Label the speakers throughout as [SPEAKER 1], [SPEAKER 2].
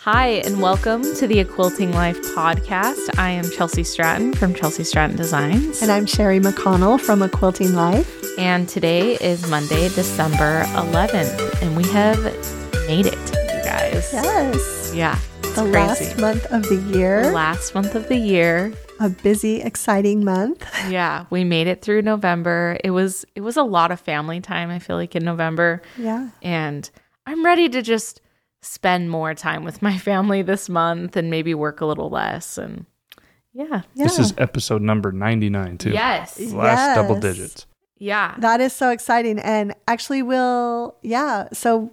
[SPEAKER 1] Hi, and welcome to the A Quilting Life podcast. I am Chelsea Stratton from Chelsea Stratton Designs.
[SPEAKER 2] And I'm Sherry McConnell from A Quilting Life.
[SPEAKER 1] And today is Monday, December 11th, and we have made it, you guys.
[SPEAKER 2] Yes.
[SPEAKER 1] Yeah. it's
[SPEAKER 2] The
[SPEAKER 1] crazy.
[SPEAKER 2] last month of the year.
[SPEAKER 1] Last month of the year.
[SPEAKER 2] A busy, exciting month.
[SPEAKER 1] Yeah, we made it through November. It was it was a lot of family time, I feel like in November.
[SPEAKER 2] Yeah.
[SPEAKER 1] And I'm ready to just spend more time with my family this month and maybe work a little less and yeah.
[SPEAKER 2] Yeah.
[SPEAKER 3] This is episode number 99, too.
[SPEAKER 1] Yes.
[SPEAKER 3] Last double
[SPEAKER 2] Yes.
[SPEAKER 3] digits.
[SPEAKER 1] Yeah.
[SPEAKER 2] That is so exciting. And actually, we'll, yeah. So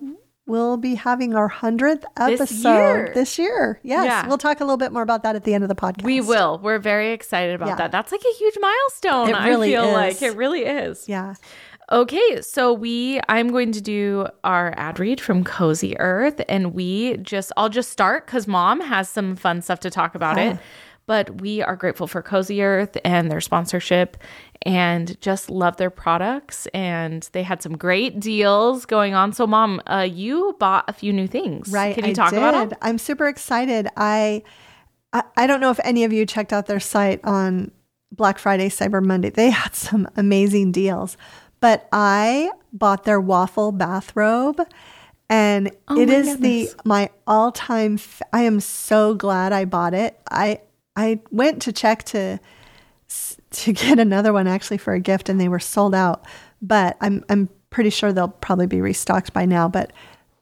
[SPEAKER 2] we'll be having our 100th
[SPEAKER 1] This
[SPEAKER 2] episode
[SPEAKER 1] year.
[SPEAKER 2] this year. Yes.
[SPEAKER 1] Yeah.
[SPEAKER 2] We'll talk a little bit more about that at the end of the podcast.
[SPEAKER 1] We will. We're very excited about
[SPEAKER 2] Yeah.
[SPEAKER 1] that. That's like a huge milestone.
[SPEAKER 2] It really
[SPEAKER 1] I feel
[SPEAKER 2] is.
[SPEAKER 1] like it really is.
[SPEAKER 2] Yeah.
[SPEAKER 1] Okay, so we I'm going to do our ad read from Cozy Earth and we just I'll just start cuz mom has some fun stuff to talk about it. But we are grateful for Cozy Earth and their sponsorship and just love their products and they had some great deals going on. So mom, uh, you bought a few new things.
[SPEAKER 2] Right.
[SPEAKER 1] Can you
[SPEAKER 2] I
[SPEAKER 1] talk about
[SPEAKER 2] did.
[SPEAKER 1] them?
[SPEAKER 2] I'm super excited. I, I I don't know if any of you checked out their site on Black Friday, Cyber Monday. They had some amazing deals. But I bought their waffle bathrobe and it
[SPEAKER 1] Oh my
[SPEAKER 2] is
[SPEAKER 1] goodness.
[SPEAKER 2] the my all-time f- I am so glad I bought it. I I went to check to to get another one actually for a gift and they were sold out. But I'm I'm pretty sure they'll probably be restocked by now. But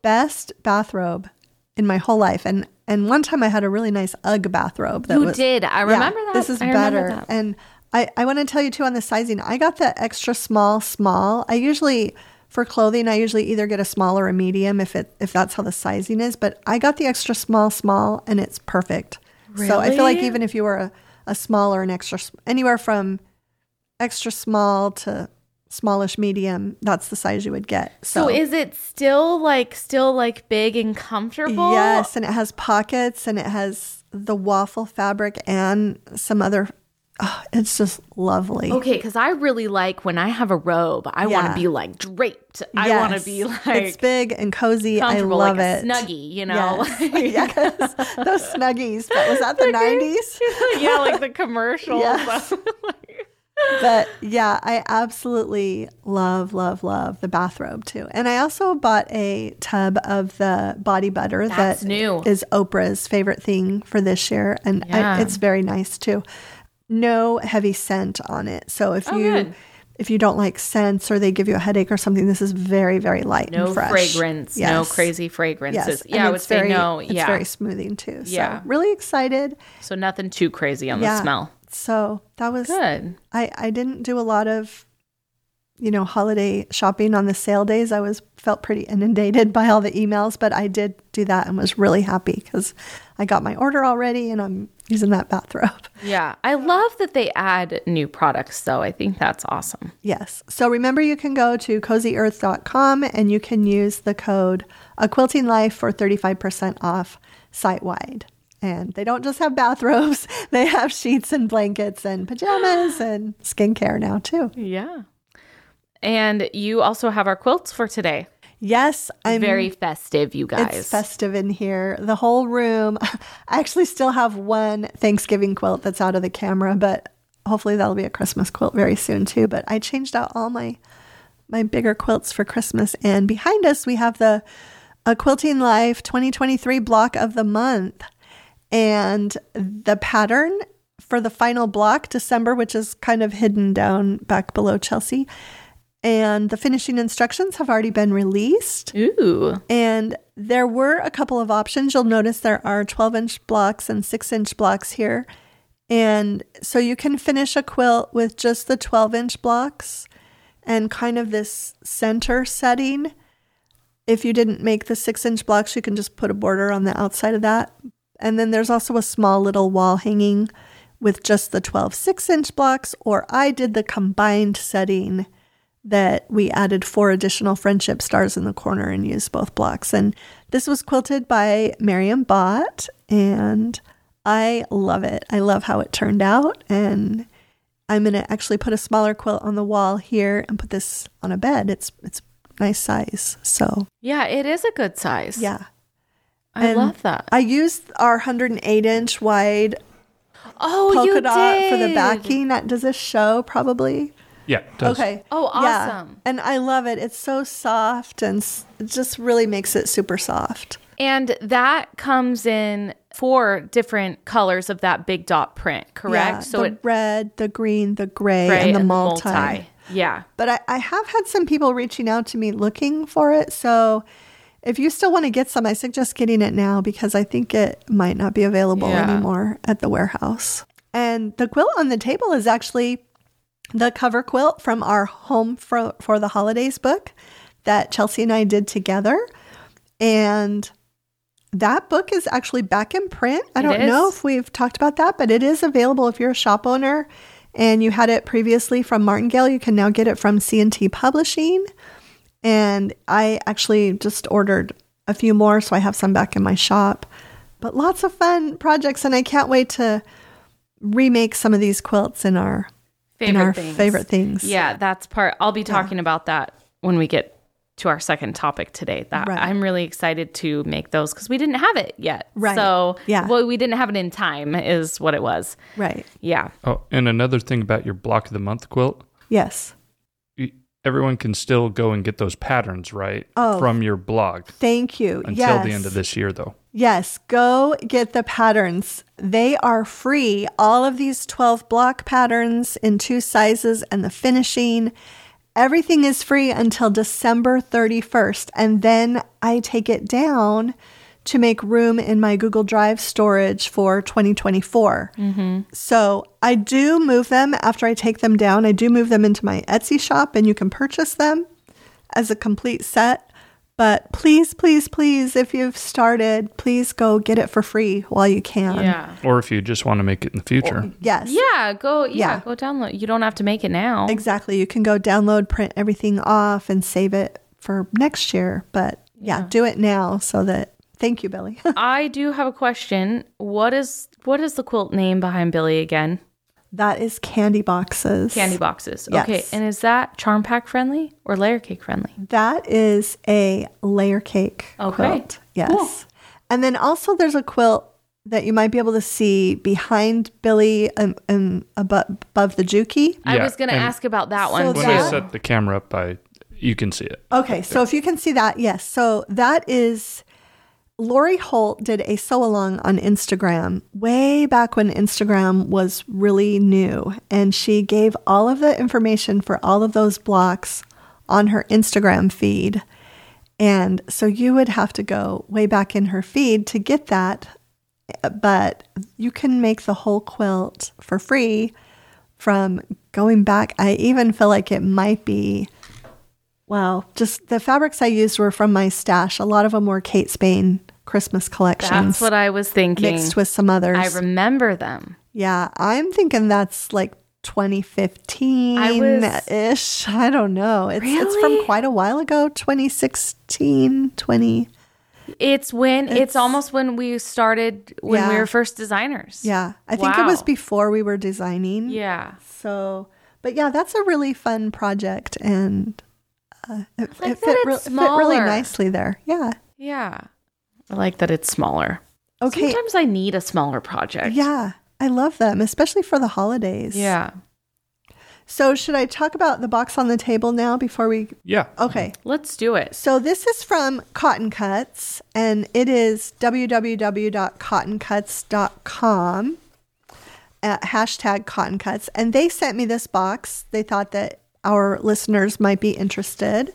[SPEAKER 2] best bathrobe in my whole life. And and one time I had a really nice UGG bathrobe that
[SPEAKER 1] You
[SPEAKER 2] was
[SPEAKER 1] did. I
[SPEAKER 2] Yeah,
[SPEAKER 1] remember that.
[SPEAKER 2] This is
[SPEAKER 1] I remember
[SPEAKER 2] better.
[SPEAKER 1] that.
[SPEAKER 2] And I, I want to tell you too on the sizing, I got the extra small, small. I usually for clothing, I usually either get a small or a medium if it if that's how the sizing is. But I got the extra small, small, and it's perfect. So I feel like
[SPEAKER 1] Really?
[SPEAKER 2] even if you were a, a small or an extra, s- anywhere from extra small to smallish medium, that's the size you would get.
[SPEAKER 1] So is it still like still like big and comfortable?
[SPEAKER 2] Yes, and it has pockets and it has the waffle fabric and some other. Oh, it's just lovely.
[SPEAKER 1] Okay, because I really like when I have a robe, I want
[SPEAKER 2] Yeah.
[SPEAKER 1] to be like draped. I want to be
[SPEAKER 2] Yes.
[SPEAKER 1] like
[SPEAKER 2] it's big and cozy. I
[SPEAKER 1] comfortable,
[SPEAKER 2] love
[SPEAKER 1] like
[SPEAKER 2] it.
[SPEAKER 1] a snuggie, you know?
[SPEAKER 2] Yes. Yes. those snuggies. That was that the nineties.
[SPEAKER 1] yeah, like the commercials.
[SPEAKER 2] Yes. But yeah, I absolutely love, love, love the bathrobe too. And I also bought a tub of the body butter
[SPEAKER 1] That's
[SPEAKER 2] that
[SPEAKER 1] new.
[SPEAKER 2] is Oprah's favorite thing for this year, and
[SPEAKER 1] Yeah.
[SPEAKER 2] I, it's very nice too. No heavy scent on it, so if
[SPEAKER 1] Oh,
[SPEAKER 2] you
[SPEAKER 1] good.
[SPEAKER 2] if you don't like scents or they give you a headache or something, this is very, very light
[SPEAKER 1] No
[SPEAKER 2] and fresh.
[SPEAKER 1] fragrance, no
[SPEAKER 2] Yes.
[SPEAKER 1] crazy fragrances.
[SPEAKER 2] Yes, and
[SPEAKER 1] Yeah, I would
[SPEAKER 2] it's
[SPEAKER 1] say
[SPEAKER 2] very-
[SPEAKER 1] no.
[SPEAKER 2] It's
[SPEAKER 1] Yeah.
[SPEAKER 2] very smoothing too. So
[SPEAKER 1] Yeah.
[SPEAKER 2] really excited.
[SPEAKER 1] So nothing too crazy on the
[SPEAKER 2] Yeah.
[SPEAKER 1] smell.
[SPEAKER 2] So that was
[SPEAKER 1] Good.
[SPEAKER 2] I, I didn't do a lot of, you know, holiday shopping on the sale days. I was felt pretty inundated by all the emails, but I did do that and was really happy because I got my order already and I'm using that bathrobe.
[SPEAKER 1] Yeah. I love that they add new products though. I think that's awesome.
[SPEAKER 2] Yes. So remember, you can go to cozyearth.com and you can use the code A Quilting Life for 35% off site wide. And they don't just have bathrobes, they have sheets and blankets and pajamas and skincare now, too.
[SPEAKER 1] Yeah. And you also have our quilts for today.
[SPEAKER 2] Yes, I'm
[SPEAKER 1] Very festive, you guys.
[SPEAKER 2] It's festive in here. The whole room. I actually still have one Thanksgiving quilt that's out of the camera, but hopefully that'll be a Christmas quilt very soon too. But I changed out all my my bigger quilts for Christmas. And behind us we have the a Quilting Life 2023 block of the month. And the pattern for the final block, December, which is kind of hidden down back below Chelsea. And the finishing instructions have already been released.
[SPEAKER 1] Ooh.
[SPEAKER 2] And there were a couple of options. You'll notice there are 12 inch blocks and 6 inch blocks here. And so you can finish a quilt with just the 12 inch blocks and kind of this center setting. If you didn't make the 6 inch blocks, you can just put a border on the outside of that. And then there's also a small little wall hanging with just the 12 6 inch blocks, or I did the combined setting that we added four additional friendship stars in the corner and used both blocks. And this was quilted by Miriam Bott, and I love it. I love how it turned out. And I'm gonna actually put a smaller quilt on the wall here and put this on a bed. It's it's nice size. So
[SPEAKER 1] Yeah, it is a good size.
[SPEAKER 2] yeah.
[SPEAKER 1] I
[SPEAKER 2] And
[SPEAKER 1] love that.
[SPEAKER 2] I used our 108 inch wide
[SPEAKER 1] oh,
[SPEAKER 2] polka
[SPEAKER 1] you
[SPEAKER 2] dot
[SPEAKER 1] did.
[SPEAKER 2] for the backing. That does this show probably.
[SPEAKER 3] Yeah. it does.
[SPEAKER 2] Okay.
[SPEAKER 1] Oh,
[SPEAKER 2] Yeah.
[SPEAKER 1] awesome.
[SPEAKER 2] And I love it. It's so soft and s- it just really makes it super soft.
[SPEAKER 1] And that comes in four different colors of that big dot print, correct?
[SPEAKER 2] Yeah,
[SPEAKER 1] so
[SPEAKER 2] the
[SPEAKER 1] it
[SPEAKER 2] red, the green, the gray,
[SPEAKER 1] gray
[SPEAKER 2] and the multi.
[SPEAKER 1] Yeah.
[SPEAKER 2] But I, I have had some people reaching out to me looking for it. So if you still want to get some, I suggest getting it now because I think it might not be available
[SPEAKER 1] Yeah.
[SPEAKER 2] anymore at the warehouse. And the quilt on the table is actually the cover quilt from our Home for, for the Holidays book that Chelsea and I did together. And that book is actually back in print. I
[SPEAKER 1] It
[SPEAKER 2] don't know
[SPEAKER 1] is.
[SPEAKER 2] if we've talked about that, but it is available if you're a shop owner and you had it previously from Martingale. You can now get it from C&T Publishing. And I actually just ordered a few more, so I have some back in my shop. But lots of fun projects, and I can't wait to remake some of these quilts in our in our favorite things.
[SPEAKER 1] Yeah, that's part. I'll be talking about that when we get to our second topic today. That
[SPEAKER 2] Right.
[SPEAKER 1] I'm really excited to make those because we didn't have it yet.
[SPEAKER 2] Right.
[SPEAKER 1] So
[SPEAKER 2] Yeah.
[SPEAKER 1] well, we didn't have it in time, is what it was.
[SPEAKER 2] Right.
[SPEAKER 1] Yeah.
[SPEAKER 3] Oh, and another thing about your block of the month quilt,
[SPEAKER 2] Yes.
[SPEAKER 3] y- everyone can still go and get those patterns right
[SPEAKER 2] Oh.
[SPEAKER 3] from your blog
[SPEAKER 2] Thank you.
[SPEAKER 3] until
[SPEAKER 2] yes.
[SPEAKER 3] the end of this year, though.
[SPEAKER 2] Yes, go get the patterns. They are free. All of these 12 block patterns in two sizes and the finishing. Everything is free until December 31st. And then I take it down to make room in my Google Drive storage for 2024. So I do move them after I take them down. I do move them into my Etsy shop and you can purchase them as a complete set. But please, please, please, if you've started, please go get it for free while you can.
[SPEAKER 1] Yeah.
[SPEAKER 3] Or if you just want to make it in the future.
[SPEAKER 2] Yes.
[SPEAKER 1] Yeah. Go. Yeah,
[SPEAKER 2] Yeah.
[SPEAKER 1] Go download. You don't have to make it now.
[SPEAKER 2] Exactly. You can go download, print everything off, and save it for next year. But yeah, do it now so that. Thank you, Billy.
[SPEAKER 1] I do have a question. What is what is the quilt name behind Billy again?
[SPEAKER 2] that is candy boxes.
[SPEAKER 1] Candy boxes.
[SPEAKER 2] Yes.
[SPEAKER 1] Okay. And is that charm pack friendly or layer cake friendly?
[SPEAKER 2] That is a layer cake
[SPEAKER 1] Okay.
[SPEAKER 2] quilt. Yes. And then also there's a quilt that you might be able to see behind Billy and, and above, above the Juki.
[SPEAKER 1] I
[SPEAKER 3] Yeah,
[SPEAKER 1] was going to
[SPEAKER 3] and-
[SPEAKER 1] ask about that
[SPEAKER 2] So
[SPEAKER 1] one
[SPEAKER 3] When
[SPEAKER 1] too.
[SPEAKER 2] that-
[SPEAKER 3] I set the camera up, I you can see it.
[SPEAKER 2] Okay, so if you can see that, yes. So that is Lori Holt did a sew along on Instagram way back when Instagram was really new. And she gave all of the information for all of those blocks on her Instagram feed. And so you would have to go way back in her feed to get that. But you can make the whole quilt for free from going back. I even feel like it might be Wow. Just the fabrics I used were from my stash. A lot of them were Kate Spain Christmas collections
[SPEAKER 1] That's what I was thinking.
[SPEAKER 2] mixed with some others.
[SPEAKER 1] I remember them.
[SPEAKER 2] yeah, I'm thinking that's like 2015 ish. I don't know. It's, it's from
[SPEAKER 1] Really?
[SPEAKER 2] quite a while ago 2016, 20.
[SPEAKER 1] It's when it's, almost when we started when we
[SPEAKER 2] Yeah.
[SPEAKER 1] were first designers.
[SPEAKER 2] Yeah. I think it was
[SPEAKER 1] Wow.
[SPEAKER 2] before we were designing.
[SPEAKER 1] Yeah.
[SPEAKER 2] So, but yeah, that's a really fun project and uh, it,
[SPEAKER 1] like
[SPEAKER 2] it
[SPEAKER 1] that
[SPEAKER 2] fit,
[SPEAKER 1] it's
[SPEAKER 2] re- fit really
[SPEAKER 1] smaller.
[SPEAKER 2] nicely there. Yeah.
[SPEAKER 1] Yeah. I like that it's smaller.
[SPEAKER 2] Okay.
[SPEAKER 1] Sometimes I need a smaller project.
[SPEAKER 2] Yeah. I love them, especially for the holidays.
[SPEAKER 1] Yeah.
[SPEAKER 2] So, should I talk about the box on the table now before we?
[SPEAKER 3] Yeah.
[SPEAKER 2] Okay.
[SPEAKER 1] Let's do it.
[SPEAKER 2] So, this is from Cotton Cuts, and it is www.cottoncuts.com, uh, hashtag Cotton Cuts. And they sent me this box. They thought that our listeners might be interested.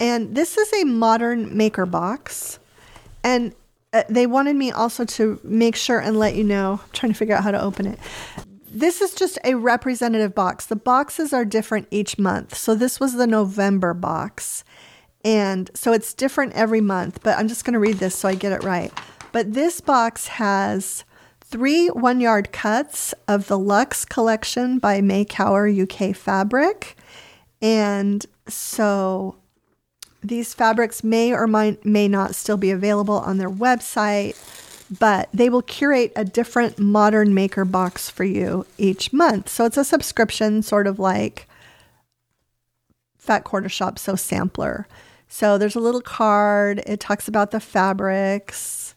[SPEAKER 2] And this is a modern maker box. And uh, they wanted me also to make sure and let you know. I'm trying to figure out how to open it this is just a representative box. The boxes are different each month. So this was the November box. And so it's different every month, but I'm just going to read this so I get it right. But this box has three one yard cuts of the Luxe collection by May Cower UK Fabric. And so these fabrics may or might, may not still be available on their website, but they will curate a different modern maker box for you each month. So it's a subscription, sort of like Fat Quarter Shop, so sampler. So there's a little card, it talks about the fabrics.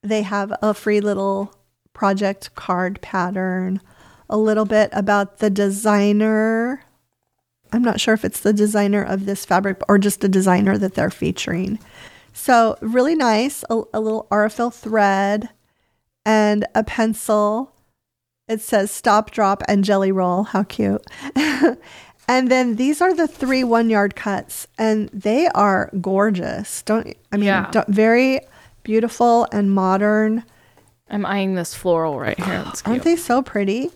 [SPEAKER 2] they have a free little project card pattern, a little bit about the designer. I'm not sure if it's the designer of this fabric or just the designer that they're featuring. So, really nice, a, a little RFL thread and a pencil. It says stop, drop, and jelly roll. How cute. and then these are the three one yard cuts, and they are gorgeous. Don't, I mean,
[SPEAKER 1] Yeah.
[SPEAKER 2] don't, very beautiful and modern.
[SPEAKER 1] I'm eyeing this floral right here. It's cute.
[SPEAKER 2] Aren't they so pretty?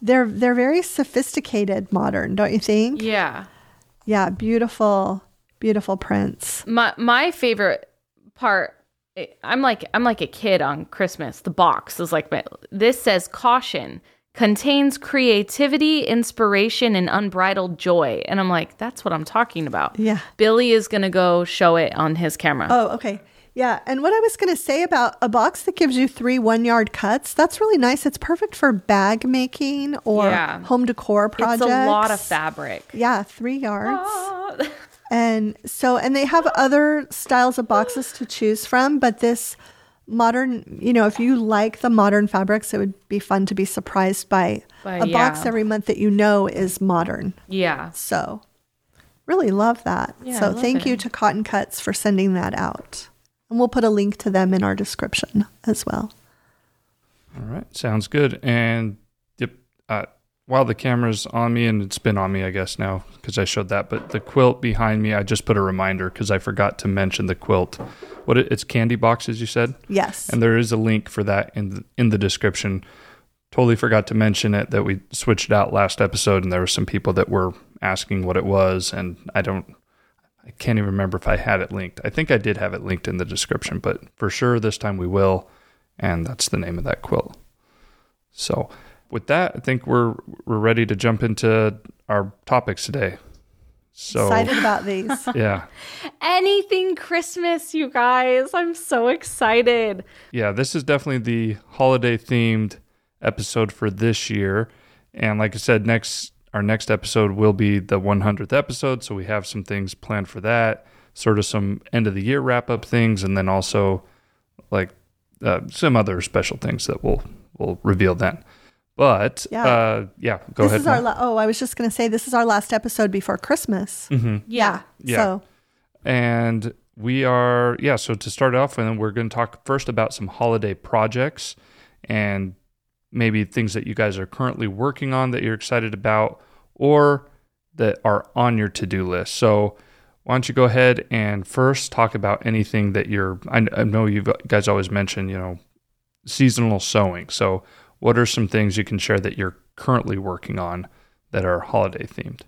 [SPEAKER 2] They're they're very sophisticated, modern, don't you think?
[SPEAKER 1] yeah.
[SPEAKER 2] Yeah, beautiful, beautiful prints.
[SPEAKER 1] My my favorite part I- I'm like I'm like a kid on Christmas. The box is like my, this says caution contains creativity, inspiration and unbridled joy. And I'm like that's what I'm talking about.
[SPEAKER 2] Yeah.
[SPEAKER 1] Billy is going to go show it on his camera.
[SPEAKER 2] Oh, okay. Yeah, and what I was going to say about a box that gives you three one-yard cuts, that's really nice. It's perfect for bag making or
[SPEAKER 1] Yeah.
[SPEAKER 2] home decor projects.
[SPEAKER 1] It's a lot of fabric.
[SPEAKER 2] Yeah, three yards.
[SPEAKER 1] Ah.
[SPEAKER 2] And so, and they have other styles of boxes to choose from, but this modern, you know, if you like the modern fabrics, it would be fun to be surprised by
[SPEAKER 1] By-
[SPEAKER 2] a box
[SPEAKER 1] yeah.
[SPEAKER 2] every month that you know is modern.
[SPEAKER 1] yeah.
[SPEAKER 2] So, really love that.
[SPEAKER 1] Yeah, I
[SPEAKER 2] so,
[SPEAKER 1] love
[SPEAKER 2] thank you
[SPEAKER 1] it.
[SPEAKER 2] to Cotton Cuts for sending that out. And we'll put a link to them in our description as well.
[SPEAKER 3] All right, sounds good. And yep, uh, while the camera's on me, and it's been on me, I guess now because I showed that, but the quilt behind me, I just put a reminder because I forgot to mention the quilt. What it, it's candy boxes, you said,
[SPEAKER 2] Yes.
[SPEAKER 3] and there is a link for that in the, in the description. Totally forgot to mention it that we switched it out last episode, and there were some people that were asking what it was, and I don't. I can't even remember if I had it linked. I think I did have it linked in the description, but for sure this time we will. And that's the name of that quilt. So, with that, I think we're we're ready to jump into our topics today. So,
[SPEAKER 2] Excited about these.
[SPEAKER 3] yeah.
[SPEAKER 1] Anything Christmas, you guys. I'm so excited.
[SPEAKER 3] Yeah, this is definitely the holiday themed episode for this year. And like I said, next our next episode will be the 100th episode, so we have some things planned for that, sort of some end of the year wrap up things and then also like uh, some other special things that we'll we'll reveal then. But
[SPEAKER 2] Yeah.
[SPEAKER 3] uh yeah, go
[SPEAKER 2] this
[SPEAKER 3] ahead.
[SPEAKER 2] is our
[SPEAKER 3] Mel.
[SPEAKER 2] la- oh, I was just going to say this is our last episode before Christmas.
[SPEAKER 3] Mm-hmm.
[SPEAKER 2] Yeah.
[SPEAKER 3] Yeah.
[SPEAKER 2] So,
[SPEAKER 3] and we are yeah so to start off with we're going to talk first about some holiday projects and maybe things that you guys are currently working on that you're excited about or that are on your to-do list so why don't you go ahead and first talk about anything that you're i, I know you guys always mention you know seasonal sewing so what are some things you can share that you're currently working on that are holiday themed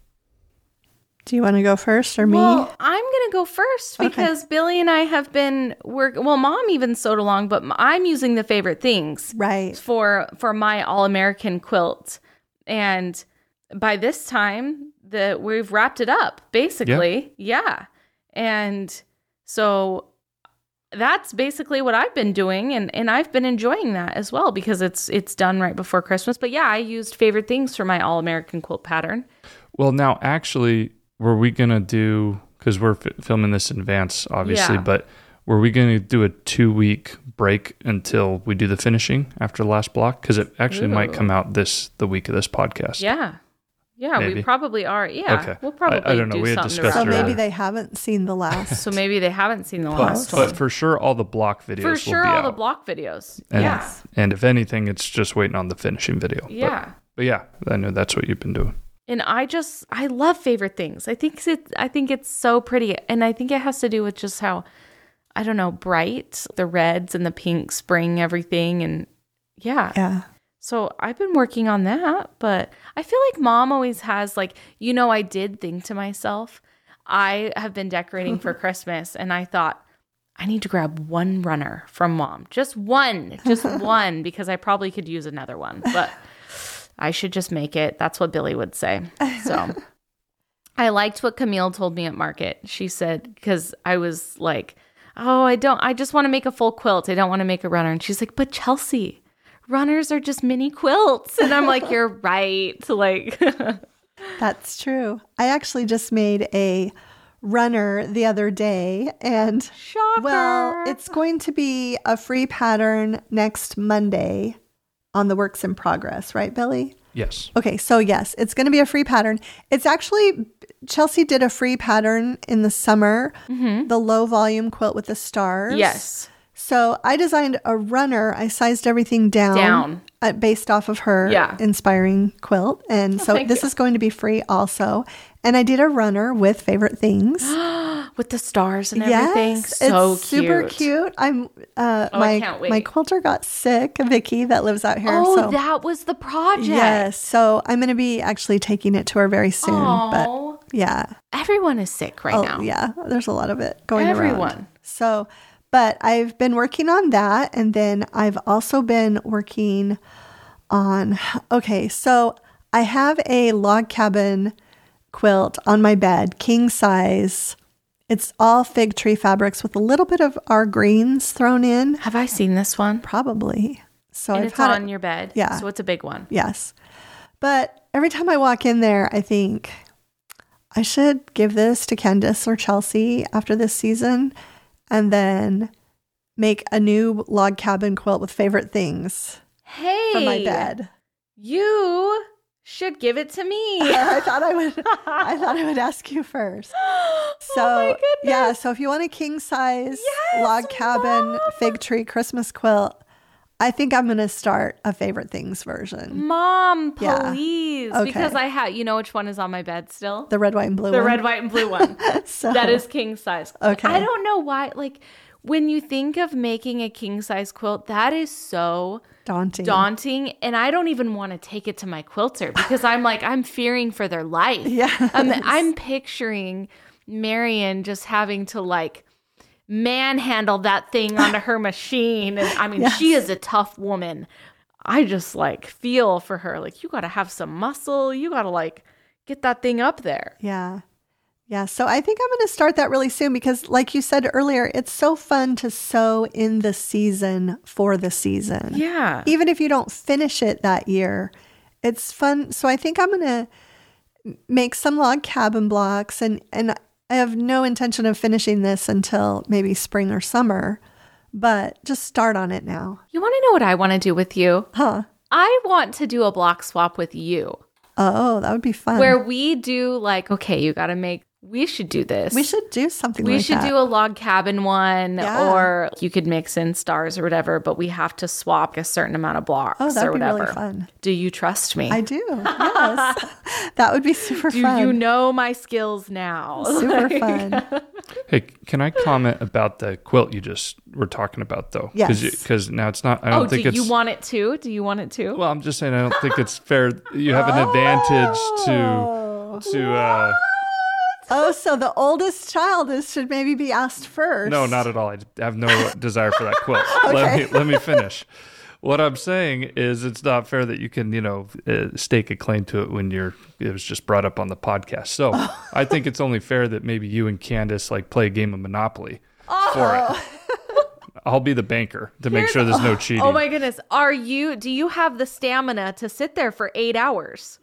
[SPEAKER 2] do you want to go first or me?
[SPEAKER 1] Well, I'm going to go first
[SPEAKER 2] Okay.
[SPEAKER 1] because Billy and I have been work. Well, mom even sewed along, but m- I'm using the favorite things
[SPEAKER 2] right.
[SPEAKER 1] for for my All American quilt, and by this time the we've wrapped it up basically. yeah. and so that's basically what I've been doing and and I've been enjoying that as well because it's it's done right before Christmas. But yeah, I used favorite things for my all American quilt pattern.
[SPEAKER 3] Well, now actually, were we gonna do because we're f- filming this in advance, obviously,
[SPEAKER 1] Yeah.
[SPEAKER 3] but were we gonna do a two week break until we do the finishing after the last block? Because it actually might
[SPEAKER 1] Ooh.
[SPEAKER 3] come out this the week of this podcast.
[SPEAKER 1] Yeah. Yeah,
[SPEAKER 3] Maybe.
[SPEAKER 1] we probably are. Yeah.
[SPEAKER 3] Okay.
[SPEAKER 1] We'll probably
[SPEAKER 3] I- I don't know.
[SPEAKER 1] do
[SPEAKER 3] We had
[SPEAKER 1] something
[SPEAKER 3] discussed
[SPEAKER 2] So
[SPEAKER 1] around
[SPEAKER 3] That's
[SPEAKER 2] maybe
[SPEAKER 1] that.
[SPEAKER 3] right.
[SPEAKER 2] they haven't seen the last.
[SPEAKER 1] So maybe they haven't seen the
[SPEAKER 3] But,
[SPEAKER 1] last one.
[SPEAKER 3] but for sure, all the block videos
[SPEAKER 1] For
[SPEAKER 3] will
[SPEAKER 1] sure
[SPEAKER 3] be
[SPEAKER 1] all
[SPEAKER 3] out.
[SPEAKER 1] the block videos.
[SPEAKER 3] and,
[SPEAKER 1] Yes.
[SPEAKER 3] and if anything, it's just waiting on the finishing video. But-
[SPEAKER 1] Yeah.
[SPEAKER 3] But, yeah, I know that's what you've been doing.
[SPEAKER 1] and I just I love favorite things. I think it I think it's so pretty, and I think it has to do with just how I don't know bright the reds and the pinks bring everything, and yeah.
[SPEAKER 2] Yeah.
[SPEAKER 1] So I've been working on that, but I feel like mom always has like you know I did think to myself, I have been decorating for Christmas, and I thought. I need to grab one runner from mom. Just one. Just one because I probably could use another one. But I should just make it. That's what Billy would say. So I liked what Camille told me at market. She said, because I was like, oh, I don't, I just want to make a full quilt. I don't want to make a runner. And she's like, but Chelsea, runners are just mini quilts. And I'm like, you're right. Like,
[SPEAKER 2] That's true. I actually just made a runner the other day and
[SPEAKER 1] Shocker.
[SPEAKER 2] well, it's going to be a free pattern next Monday on the works in progress, right, Billy?
[SPEAKER 3] Yes.
[SPEAKER 2] Okay, so yes, it's going to be a free pattern. It's actually Chelsea did a free pattern in the summer, the low volume quilt with the stars.
[SPEAKER 1] Mm-hmm. yes.
[SPEAKER 2] So I designed a runner. I sized everything down,
[SPEAKER 1] Down.
[SPEAKER 2] uh, based off of her
[SPEAKER 1] Yeah. Oh,
[SPEAKER 2] inspiring quilt. And so
[SPEAKER 1] thank
[SPEAKER 2] this
[SPEAKER 1] you.
[SPEAKER 2] is going to be free also. And I did a runner with favorite things.
[SPEAKER 1] With the stars and everything.
[SPEAKER 2] Yes,
[SPEAKER 1] so
[SPEAKER 2] it's super cute. I'm uh,
[SPEAKER 1] Oh, I
[SPEAKER 2] my
[SPEAKER 1] can't
[SPEAKER 2] my
[SPEAKER 1] wait.
[SPEAKER 2] quilter got sick, Vicky, that lives out here.
[SPEAKER 1] Oh,
[SPEAKER 2] so
[SPEAKER 1] that was the project.
[SPEAKER 2] yes, so I'm going to be actually taking it to her very soon. But
[SPEAKER 1] Oh,
[SPEAKER 2] yeah,
[SPEAKER 1] everyone is sick right
[SPEAKER 2] Oh,
[SPEAKER 1] now.
[SPEAKER 2] yeah, there's a lot of it going around.
[SPEAKER 1] Everyone.
[SPEAKER 2] So, but I've been working on that, and then I've also been working on. Okay, so I have a log cabin quilt on my bed, king size. It's all fig tree fabrics with a little bit of our greens thrown in,
[SPEAKER 1] Have I seen this one?
[SPEAKER 2] probably. So
[SPEAKER 1] and
[SPEAKER 2] I've
[SPEAKER 1] it's
[SPEAKER 2] had it-
[SPEAKER 1] on your bed.
[SPEAKER 2] Yeah.
[SPEAKER 1] So it's a big one.
[SPEAKER 2] Yes. But every time I walk in there, I think I should give this to Candace or Chelsea after this season and then make a new log cabin quilt with favorite things
[SPEAKER 1] Hey.
[SPEAKER 2] for my bed.
[SPEAKER 1] You should give it to me.
[SPEAKER 2] I thought I would I thought I would ask you first. So
[SPEAKER 1] oh my goodness.
[SPEAKER 2] yeah, so if you want a king size
[SPEAKER 1] Yes,
[SPEAKER 2] log cabin
[SPEAKER 1] Mom.
[SPEAKER 2] fig tree Christmas quilt, I think I'm gonna start a favorite things
[SPEAKER 1] Mm-hmm.
[SPEAKER 2] version.
[SPEAKER 1] Mom,
[SPEAKER 2] Yeah.
[SPEAKER 1] please.
[SPEAKER 2] Okay.
[SPEAKER 1] Because I had, you know which one is on my bed still?
[SPEAKER 2] The red, white, and blue.
[SPEAKER 1] The
[SPEAKER 2] one.
[SPEAKER 1] red, white, and blue one.
[SPEAKER 2] So-
[SPEAKER 1] That is king size.
[SPEAKER 2] Okay.
[SPEAKER 1] I don't know why. Like, when you think of making a king size quilt, that is so
[SPEAKER 2] daunting.
[SPEAKER 1] daunting. And I don't even want to take it to my quilter because I'm like, I'm fearing for their life.
[SPEAKER 2] Yeah.
[SPEAKER 1] Um, I'm picturing Marion just having to like manhandle that thing onto her machine. And I mean, she is a tough woman. I just like feel for her. Like, you got to have some muscle. You got to like get that thing up there.
[SPEAKER 2] Yeah. Yeah. So I think I'm going to start that really soon because, like you said earlier, it's so fun to sew in the season for the season.
[SPEAKER 1] Yeah.
[SPEAKER 2] Even if you don't finish it that year, it's fun. So I think I'm going to make some log cabin blocks and, and I have no intention of finishing this until maybe spring or summer, but just start on it now.
[SPEAKER 1] You want to know what I want to do with you?
[SPEAKER 2] Huh.
[SPEAKER 1] I want to do a block swap with you
[SPEAKER 2] Oh, that would be fun.
[SPEAKER 1] where we do like, okay, you got to make, we should do this.
[SPEAKER 2] we should do something
[SPEAKER 1] We
[SPEAKER 2] like
[SPEAKER 1] should
[SPEAKER 2] that.
[SPEAKER 1] do a log cabin one,
[SPEAKER 2] Yeah.
[SPEAKER 1] or you could mix in stars or whatever, but we have to swap a certain amount of blocks
[SPEAKER 2] oh, that'd
[SPEAKER 1] or
[SPEAKER 2] be
[SPEAKER 1] whatever.
[SPEAKER 2] really fun.
[SPEAKER 1] Do you trust me?
[SPEAKER 2] I do. Yes. that would be super
[SPEAKER 1] do
[SPEAKER 2] fun.
[SPEAKER 1] you know my skills now?
[SPEAKER 2] Super fun.
[SPEAKER 3] Hey, can I comment about the quilt you just were talking about though?
[SPEAKER 2] Yes.
[SPEAKER 3] Because now it's not. I don't
[SPEAKER 1] Oh, do
[SPEAKER 3] think it's.
[SPEAKER 1] you want it too? Do you want it too?
[SPEAKER 3] well, I'm just saying I don't think it's fair. You have an advantage
[SPEAKER 2] Oh.
[SPEAKER 3] to to. Uh,
[SPEAKER 2] Oh, so the oldest child is should maybe be asked first.
[SPEAKER 3] No, not at all. I have no desire for that quilt. Let me let me finish. What I'm saying is, it's not fair that you can, you know, uh, stake a claim to it when you're. It was just brought up on the podcast, so I think it's only fair that maybe you and Candace like play a game of Monopoly for
[SPEAKER 2] Oh.
[SPEAKER 3] it. I'll be the banker to make sure there's no cheating.
[SPEAKER 1] Oh my goodness. Are you do you have the stamina to sit there for eight hours?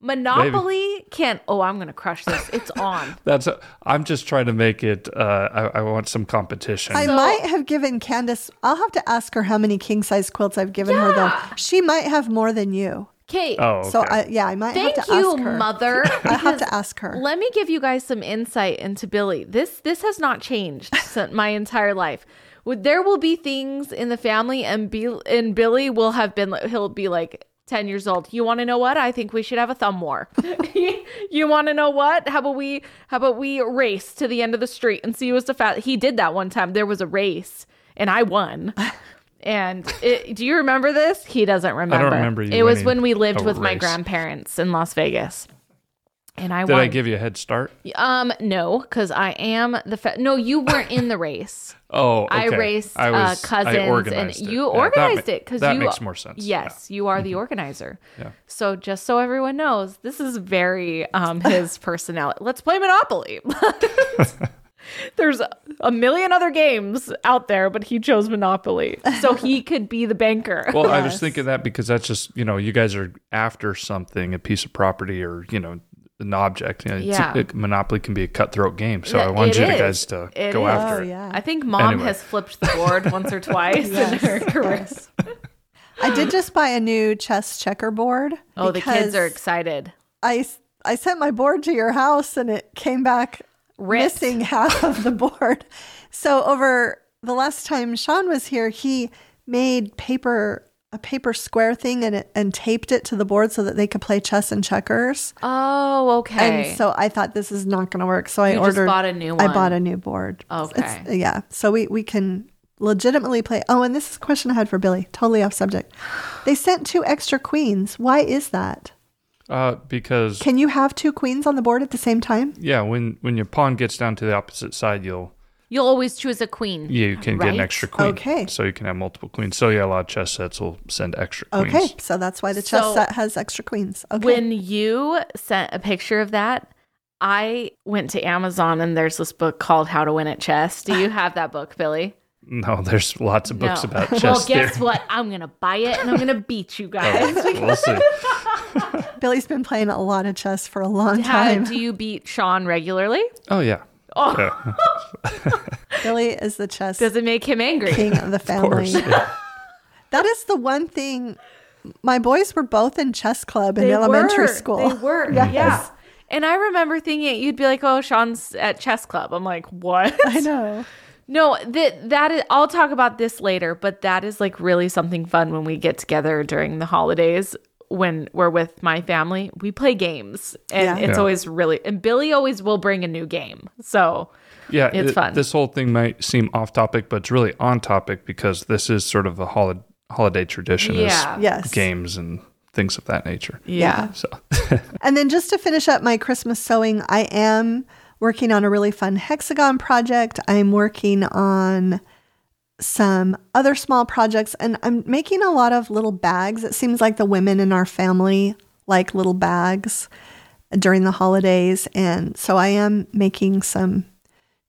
[SPEAKER 1] Monopoly can't oh I'm gonna crush this. It's on.
[SPEAKER 3] That's. i I'm just trying to make it. Uh, I, I want some competition.
[SPEAKER 2] I might have given Candace. I'll have to ask her how many king size quilts I've given her though. She might have more than you.
[SPEAKER 1] Kate,
[SPEAKER 3] oh, okay.
[SPEAKER 2] So I, yeah, I might
[SPEAKER 1] thank
[SPEAKER 2] have to
[SPEAKER 1] you,
[SPEAKER 2] ask her.
[SPEAKER 1] mother.
[SPEAKER 2] I have
[SPEAKER 1] because
[SPEAKER 2] to ask her.
[SPEAKER 1] Let me give you guys some insight into Billy. This this has not changed since my entire life. Would- There will be things in the family, and Bill and Billy will have been. like- He'll be like ten years old. You want to know what? I think we should have a thumb war. you want to know what? How about we? How about we race to the end of the street and see who's the fat? He did that one time. There was a race, and I won. And it, do you remember this? He doesn't remember.
[SPEAKER 3] remember you
[SPEAKER 1] It was
[SPEAKER 3] winning
[SPEAKER 1] when we lived
[SPEAKER 3] a
[SPEAKER 1] with my
[SPEAKER 3] race.
[SPEAKER 1] grandparents in Las Vegas, and I
[SPEAKER 3] Did
[SPEAKER 1] won.
[SPEAKER 3] I give you a head start?
[SPEAKER 1] Um, no, because I am the fa- no. You weren't in the race.
[SPEAKER 3] Oh,
[SPEAKER 1] I
[SPEAKER 3] okay.
[SPEAKER 1] raced
[SPEAKER 3] I was-
[SPEAKER 1] uh,
[SPEAKER 3] I
[SPEAKER 1] cousins,
[SPEAKER 3] organized
[SPEAKER 1] and
[SPEAKER 3] it.
[SPEAKER 1] you
[SPEAKER 3] Yeah, that
[SPEAKER 1] organized
[SPEAKER 3] ma-
[SPEAKER 1] it because
[SPEAKER 3] that
[SPEAKER 1] you
[SPEAKER 3] makes more sense. Mm-hmm.
[SPEAKER 1] Yes, you are the organizer. Yeah. So just so everyone knows, this is very um his personality. Let's play Monopoly. There's a million other games out there, but he chose Monopoly, so he could be the banker.
[SPEAKER 3] Well, I was thinking that because that's just you know you guys are after something, a piece of property, or you know an object. You know, it's-
[SPEAKER 1] Yeah.
[SPEAKER 3] it- Monopoly can be a cutthroat game. So
[SPEAKER 1] Yeah,
[SPEAKER 3] I wanted
[SPEAKER 1] it
[SPEAKER 3] you to
[SPEAKER 1] is.
[SPEAKER 3] guys to
[SPEAKER 1] It
[SPEAKER 3] go
[SPEAKER 1] is.
[SPEAKER 3] after
[SPEAKER 2] Oh,
[SPEAKER 3] it.
[SPEAKER 2] yeah.
[SPEAKER 1] I think mom
[SPEAKER 3] Anyway.
[SPEAKER 1] has flipped the board once or twice
[SPEAKER 2] Yes,
[SPEAKER 1] in her career.
[SPEAKER 2] yes. I did just buy a new chess checkerboard.
[SPEAKER 1] Oh, the kids are
[SPEAKER 2] because
[SPEAKER 1] excited.
[SPEAKER 2] I s- I sent my board to your house and it came back
[SPEAKER 1] Ripped.
[SPEAKER 2] missing half of the board. So over the last time Sean was here, he made paper a paper square thing and it, and taped it to the board so that they could play chess and checkers.
[SPEAKER 1] Oh, okay.
[SPEAKER 2] And so I thought this is not going to work. So I
[SPEAKER 1] You just
[SPEAKER 2] ordered.
[SPEAKER 1] bought a new
[SPEAKER 2] I bought
[SPEAKER 1] one.
[SPEAKER 2] a new board.
[SPEAKER 1] Okay.
[SPEAKER 2] It's- yeah. So we we can legitimately play. Oh, and this is a question I had for Billy. Totally off subject. They sent two extra queens. Why is that?
[SPEAKER 3] Uh, because
[SPEAKER 2] Can you have two queens on the board at the same time?
[SPEAKER 3] yeah, when when your pawn gets down to the opposite side, you'll
[SPEAKER 1] You'll always choose a queen.
[SPEAKER 3] yeah you can get an
[SPEAKER 1] Right.
[SPEAKER 3] extra queen.
[SPEAKER 2] Okay.
[SPEAKER 3] So you can have multiple queens. So yeah, a lot of chess sets will send extra queens.
[SPEAKER 2] Okay. So that's why the chess
[SPEAKER 1] So-
[SPEAKER 2] set has extra queens. Okay.
[SPEAKER 1] When you sent a picture of that, I went to Amazon and there's this book called How to Win at Chess. Do you have that book, Billy?
[SPEAKER 3] No, there's lots of books
[SPEAKER 1] No.
[SPEAKER 3] about chess.
[SPEAKER 1] well, guess
[SPEAKER 3] theory.
[SPEAKER 1] what? I'm gonna buy it and I'm gonna beat you guys.
[SPEAKER 3] Oh, we'll see.
[SPEAKER 2] Billy's been playing a lot of chess for a long
[SPEAKER 1] How
[SPEAKER 2] time.
[SPEAKER 1] do you beat Sean regularly?
[SPEAKER 3] Oh yeah.
[SPEAKER 1] Oh.
[SPEAKER 3] Yeah,
[SPEAKER 2] Billy is the chess
[SPEAKER 1] Does it make him angry?
[SPEAKER 2] king of the
[SPEAKER 3] of
[SPEAKER 2] family.
[SPEAKER 3] course.
[SPEAKER 1] Oh
[SPEAKER 3] Yeah.
[SPEAKER 2] That is the one thing. My boys were both in chess club in
[SPEAKER 1] They
[SPEAKER 2] elementary
[SPEAKER 1] were.
[SPEAKER 2] school.
[SPEAKER 1] They were, yeah. And I remember thinking you'd be like, "Oh, Sean's at chess club." I'm like, "What?"
[SPEAKER 2] I know.
[SPEAKER 1] No, that that is. I'll talk about this later, but that is like really something fun when we get together during the holidays. When we're with my family, we play games, and
[SPEAKER 2] Yeah.
[SPEAKER 1] it's
[SPEAKER 3] Yeah.
[SPEAKER 1] always really. And Billy always will bring a new game. So
[SPEAKER 3] Yeah,
[SPEAKER 1] It's
[SPEAKER 3] it-
[SPEAKER 1] fun.
[SPEAKER 3] This whole thing might seem off topic, but it's really on topic because this is sort of a holiday holiday tradition. is
[SPEAKER 1] Yeah.
[SPEAKER 2] Yes.
[SPEAKER 3] games and things of that nature.
[SPEAKER 1] yeah,
[SPEAKER 3] So
[SPEAKER 2] And then just to finish up my Christmas sewing, I am working on a really fun hexagon project. I'm working on some other small projects and I'm making a lot of little bags. It seems like the women in our family like little bags during the holidays. And so I am making some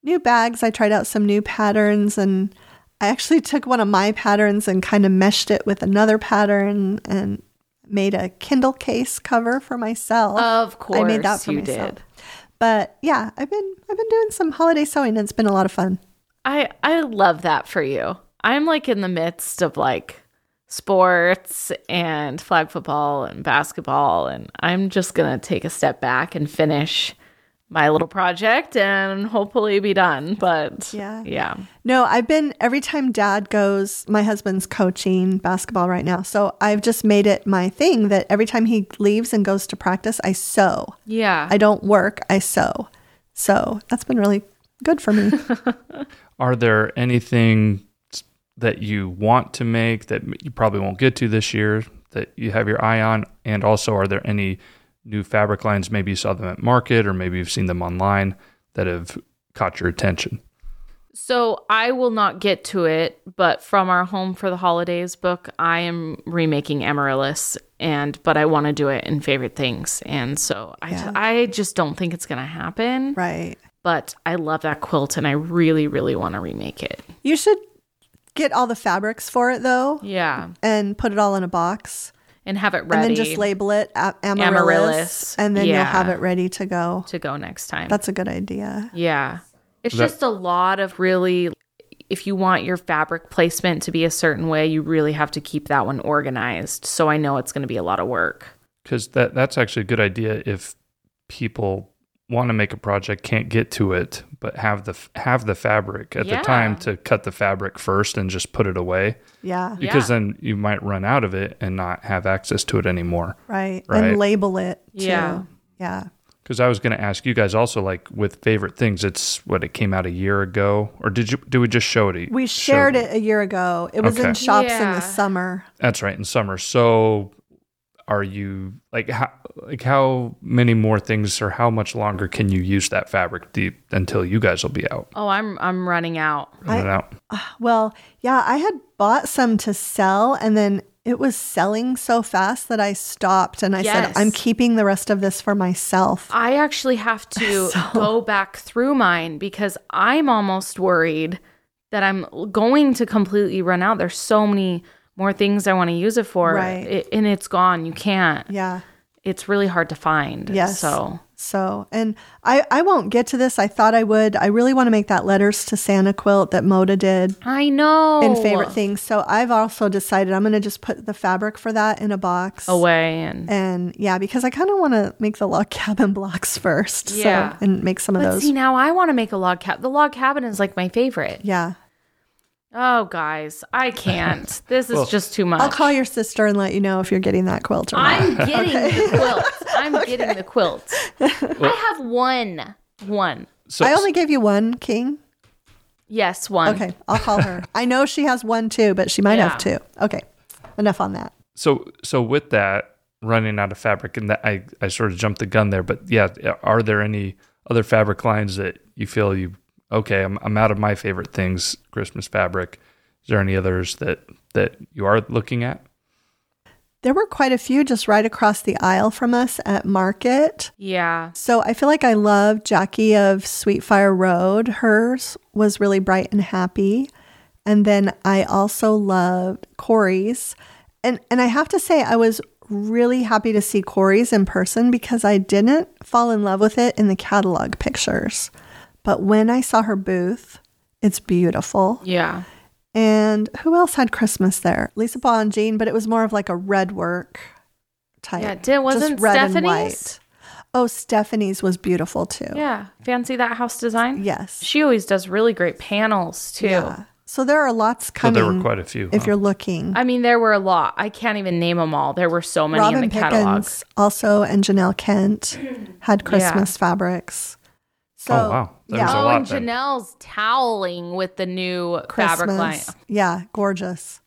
[SPEAKER 2] new bags. I tried out some new patterns and I actually took one of my patterns and kind of meshed it with another pattern and made a Kindle case cover for myself.
[SPEAKER 1] of course
[SPEAKER 2] I made that for
[SPEAKER 1] you
[SPEAKER 2] myself.
[SPEAKER 1] did.
[SPEAKER 2] But yeah, I've been I've been doing some holiday sewing and it's been a lot of fun.
[SPEAKER 1] I I love that for you. I'm like in the midst of like sports and flag football and basketball and I'm just going to take a step back and finish my little project and hopefully be done, but
[SPEAKER 2] Yeah.
[SPEAKER 1] Yeah.
[SPEAKER 2] No, I've been every time dad goes, my husband's coaching basketball right now. So I've just made it my thing that every time he leaves and goes to practice, I sew.
[SPEAKER 1] Yeah.
[SPEAKER 2] I don't work, I sew. So that's been really good for me.
[SPEAKER 3] Are there anything that you want to make that you probably won't get to this year that you have your eye on? And also, are there any new fabric lines? Maybe you saw them at market, or maybe you've seen them online that have caught your attention.
[SPEAKER 1] So I will not get to it, but from our Home for the Holidays book, I am remaking Amaryllis and but I want to do it in favorite things. And so I
[SPEAKER 2] Yeah.
[SPEAKER 1] I just don't think it's going to happen.
[SPEAKER 2] right.
[SPEAKER 1] but I love that quilt and I really, really want to remake it.
[SPEAKER 2] You should get all the fabrics for it though
[SPEAKER 1] Yeah.
[SPEAKER 2] and put it all in a box
[SPEAKER 1] And have it ready
[SPEAKER 2] and then just label it a- amaryllis,
[SPEAKER 1] Amaryllis.
[SPEAKER 2] and then you'll
[SPEAKER 1] Yeah.
[SPEAKER 2] have it ready to go.
[SPEAKER 1] to go next time.
[SPEAKER 2] That's a good idea.
[SPEAKER 1] yeah. It's
[SPEAKER 3] That-
[SPEAKER 1] just a lot of really, if you want your fabric placement to be a certain way, you really have to keep that one organized. So I know it's going to be a lot of work.
[SPEAKER 3] Because that that's actually a good idea if people want to make a project can't get to it but have the f- have the fabric at
[SPEAKER 1] Yeah.
[SPEAKER 3] the time to cut the fabric first and just put it away
[SPEAKER 2] Yeah,
[SPEAKER 3] because
[SPEAKER 1] Yeah.
[SPEAKER 3] then you might run out of it and not have access to it anymore.
[SPEAKER 2] right.
[SPEAKER 3] Right.
[SPEAKER 2] And label it too.
[SPEAKER 1] Yeah.
[SPEAKER 2] Yeah.
[SPEAKER 3] Because I was going to ask you guys also, like with favorite things, it's what it came out a year ago, or did you? Do we just show it?
[SPEAKER 2] We
[SPEAKER 3] show
[SPEAKER 2] shared it a year ago. It was
[SPEAKER 3] Okay.
[SPEAKER 2] in shops in
[SPEAKER 1] Yeah.
[SPEAKER 2] the summer.
[SPEAKER 3] That's right, in summer. So, are you like how like how many more things or how much longer can you use that fabric do you- until you guys will be out?
[SPEAKER 1] Oh, I'm I'm running out.
[SPEAKER 2] I-
[SPEAKER 3] Run out.
[SPEAKER 2] Well, yeah, I had bought some to sell and then it was selling so fast that I stopped and I
[SPEAKER 1] Yes.
[SPEAKER 2] said, I'm keeping the rest of this for myself.
[SPEAKER 1] I actually have to go back through mine because I'm almost worried that I'm going to completely run out. There's so many more things I want to use it for,
[SPEAKER 2] Right.
[SPEAKER 1] i- and it's gone. You can't.
[SPEAKER 2] yeah.
[SPEAKER 1] it's really hard to find.
[SPEAKER 2] Yes.
[SPEAKER 1] So
[SPEAKER 2] So, and I, I won't get to this. I thought I would. I really want to make that letters to Santa quilt that Moda did
[SPEAKER 1] I know.
[SPEAKER 2] in favorite things. So I've also decided I'm going to just put the fabric for that in a box.
[SPEAKER 1] away and
[SPEAKER 2] And yeah, because I kind of want to make the log cabin blocks first.
[SPEAKER 1] Yeah.
[SPEAKER 2] So, and make some of
[SPEAKER 1] but
[SPEAKER 2] those.
[SPEAKER 1] see now I want to make a log cabin. The log cabin is like my favorite.
[SPEAKER 2] yeah.
[SPEAKER 1] Oh guys, I can't. This is
[SPEAKER 3] Well,
[SPEAKER 1] just too much.
[SPEAKER 2] I'll call your sister and let you know if you're getting that quilt or not.
[SPEAKER 1] I'm getting the quilt. I'm getting the quilt. I have one. One.
[SPEAKER 3] So
[SPEAKER 2] I only gave you one, King.
[SPEAKER 1] Yes, one.
[SPEAKER 2] Okay, I'll call her. I know she has one too, but she might have two. Okay, enough on that.
[SPEAKER 3] so so with that running out of fabric and that I I sort of jumped the gun there, but yeah, are there any other fabric lines that you feel you okay, I'm I'm out of my favorite things, Christmas fabric. Is there any others that that you are looking at?
[SPEAKER 2] There were quite a few just right across the aisle from us at Market.
[SPEAKER 1] Yeah.
[SPEAKER 2] So I feel like I love Jackie of Sweetfire Road. Hers was really bright and happy. And then I also loved Corey's. And and I have to say I was really happy to see Corey's in person because I didn't fall in love with it in the catalog pictures. But when I saw her booth, it's beautiful.
[SPEAKER 1] Yeah.
[SPEAKER 2] And who else had Christmas there? Lisa Ball and Jean, but it was more of like a red work type.
[SPEAKER 1] Yeah, di- wasn't Stephanie's?
[SPEAKER 2] Oh, Stephanie's was beautiful too.
[SPEAKER 1] Yeah. Fancy that house design?
[SPEAKER 2] Yes.
[SPEAKER 1] She always does really great panels too.
[SPEAKER 2] So there are lots
[SPEAKER 3] So
[SPEAKER 2] coming.
[SPEAKER 3] there were quite a few.
[SPEAKER 2] if
[SPEAKER 3] huh?
[SPEAKER 2] you're looking.
[SPEAKER 1] I mean, there were a lot. I can't even name them all. There were so many
[SPEAKER 2] Robin
[SPEAKER 1] in the
[SPEAKER 2] Pickens
[SPEAKER 1] catalog.
[SPEAKER 2] also and Janelle Kent had Christmas fabrics. So
[SPEAKER 3] Oh, wow. That was
[SPEAKER 2] yeah.
[SPEAKER 3] a
[SPEAKER 1] Oh,
[SPEAKER 3] lot
[SPEAKER 1] and
[SPEAKER 3] then.
[SPEAKER 1] Janelle's toweling with the new fabric line.
[SPEAKER 2] Christmas. Yeah, gorgeous.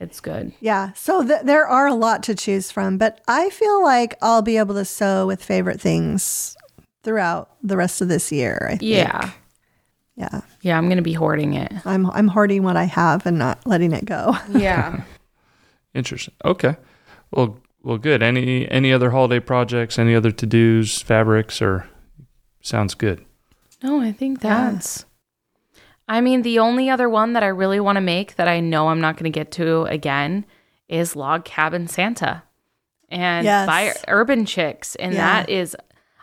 [SPEAKER 1] It's good.
[SPEAKER 2] Yeah. So th- there are a lot to choose from, but I feel like I'll be able to sew with favorite things throughout the rest of this year. I think.
[SPEAKER 1] Yeah.
[SPEAKER 2] Yeah.
[SPEAKER 1] Yeah, I'm gonna be hoarding it.
[SPEAKER 2] I'm I'm hoarding what I have and not letting it go.
[SPEAKER 1] Yeah.
[SPEAKER 3] Interesting. Okay. Well, well, good. Any any other holiday projects? Any other to dos, fabrics, or sounds good.
[SPEAKER 1] no, I think that's I mean, the only other one that I really want to make that I know I'm not gonna get to again is Log Cabin Santa. And
[SPEAKER 2] Yes.
[SPEAKER 1] by Urban Chicks. And
[SPEAKER 2] Yeah.
[SPEAKER 1] that is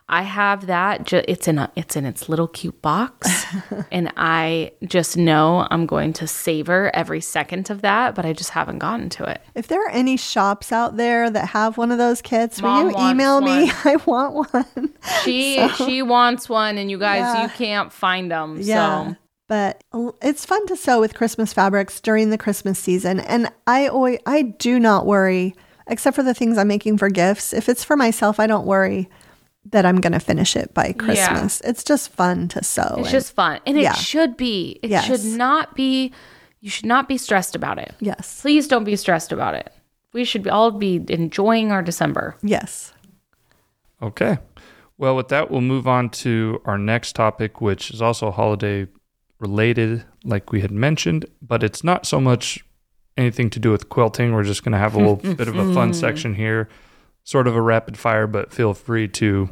[SPEAKER 1] I have that ju- it's in a it's in its little cute box. and I just know I'm going to savor every second of that, but I just haven't gotten to it.
[SPEAKER 2] If there are any shops out there that have one of those kits,
[SPEAKER 1] Mom
[SPEAKER 2] will you
[SPEAKER 1] wants
[SPEAKER 2] email me?
[SPEAKER 1] one.
[SPEAKER 2] I want one.
[SPEAKER 1] She she wants one, and you guys, you can't find them.
[SPEAKER 2] Yeah.
[SPEAKER 1] So
[SPEAKER 2] But l- it's fun to sew with Christmas fabrics during the Christmas season. And I always, I do not worry, except for the things I'm making for gifts. If it's for myself, I don't worry that I'm going to finish it by Christmas. It's just fun to sew.
[SPEAKER 1] it's
[SPEAKER 2] and-
[SPEAKER 1] just fun, and
[SPEAKER 2] Yeah.
[SPEAKER 1] it should be. It
[SPEAKER 2] Yes.
[SPEAKER 1] should not be. You should not be stressed about it.
[SPEAKER 2] yes.
[SPEAKER 1] Please don't be stressed about it. We should be, all be enjoying our December.
[SPEAKER 2] Yes.
[SPEAKER 3] Okay. Well, with that, we'll move on to our next topic, which is also holiday related, like we had mentioned, but it's not so much anything to do with quilting. We're just going to have a little bit of a fun section here, sort of a rapid fire, but feel free to,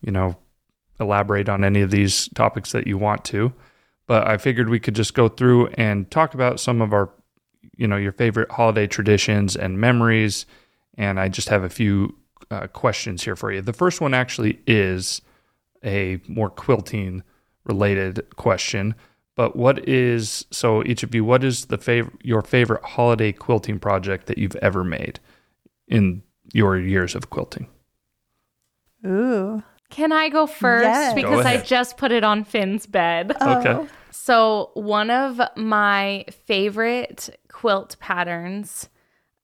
[SPEAKER 3] you know, elaborate on any of these topics that you want to. But I figured we could just go through and talk about some of our, you know, your favorite holiday traditions and memories. And I just have a few uh, questions here for you. The first one actually is a more quilting related question, but what is so each of you what is the fav- your favorite holiday quilting project that you've ever made in your years of quilting?
[SPEAKER 2] Ooh.
[SPEAKER 1] Can I go first?
[SPEAKER 2] Yes. Go Uh,
[SPEAKER 1] Because I
[SPEAKER 3] ahead.
[SPEAKER 1] just put it on Finn's bed.
[SPEAKER 3] Okay.
[SPEAKER 1] So, one of my favorite quilt patterns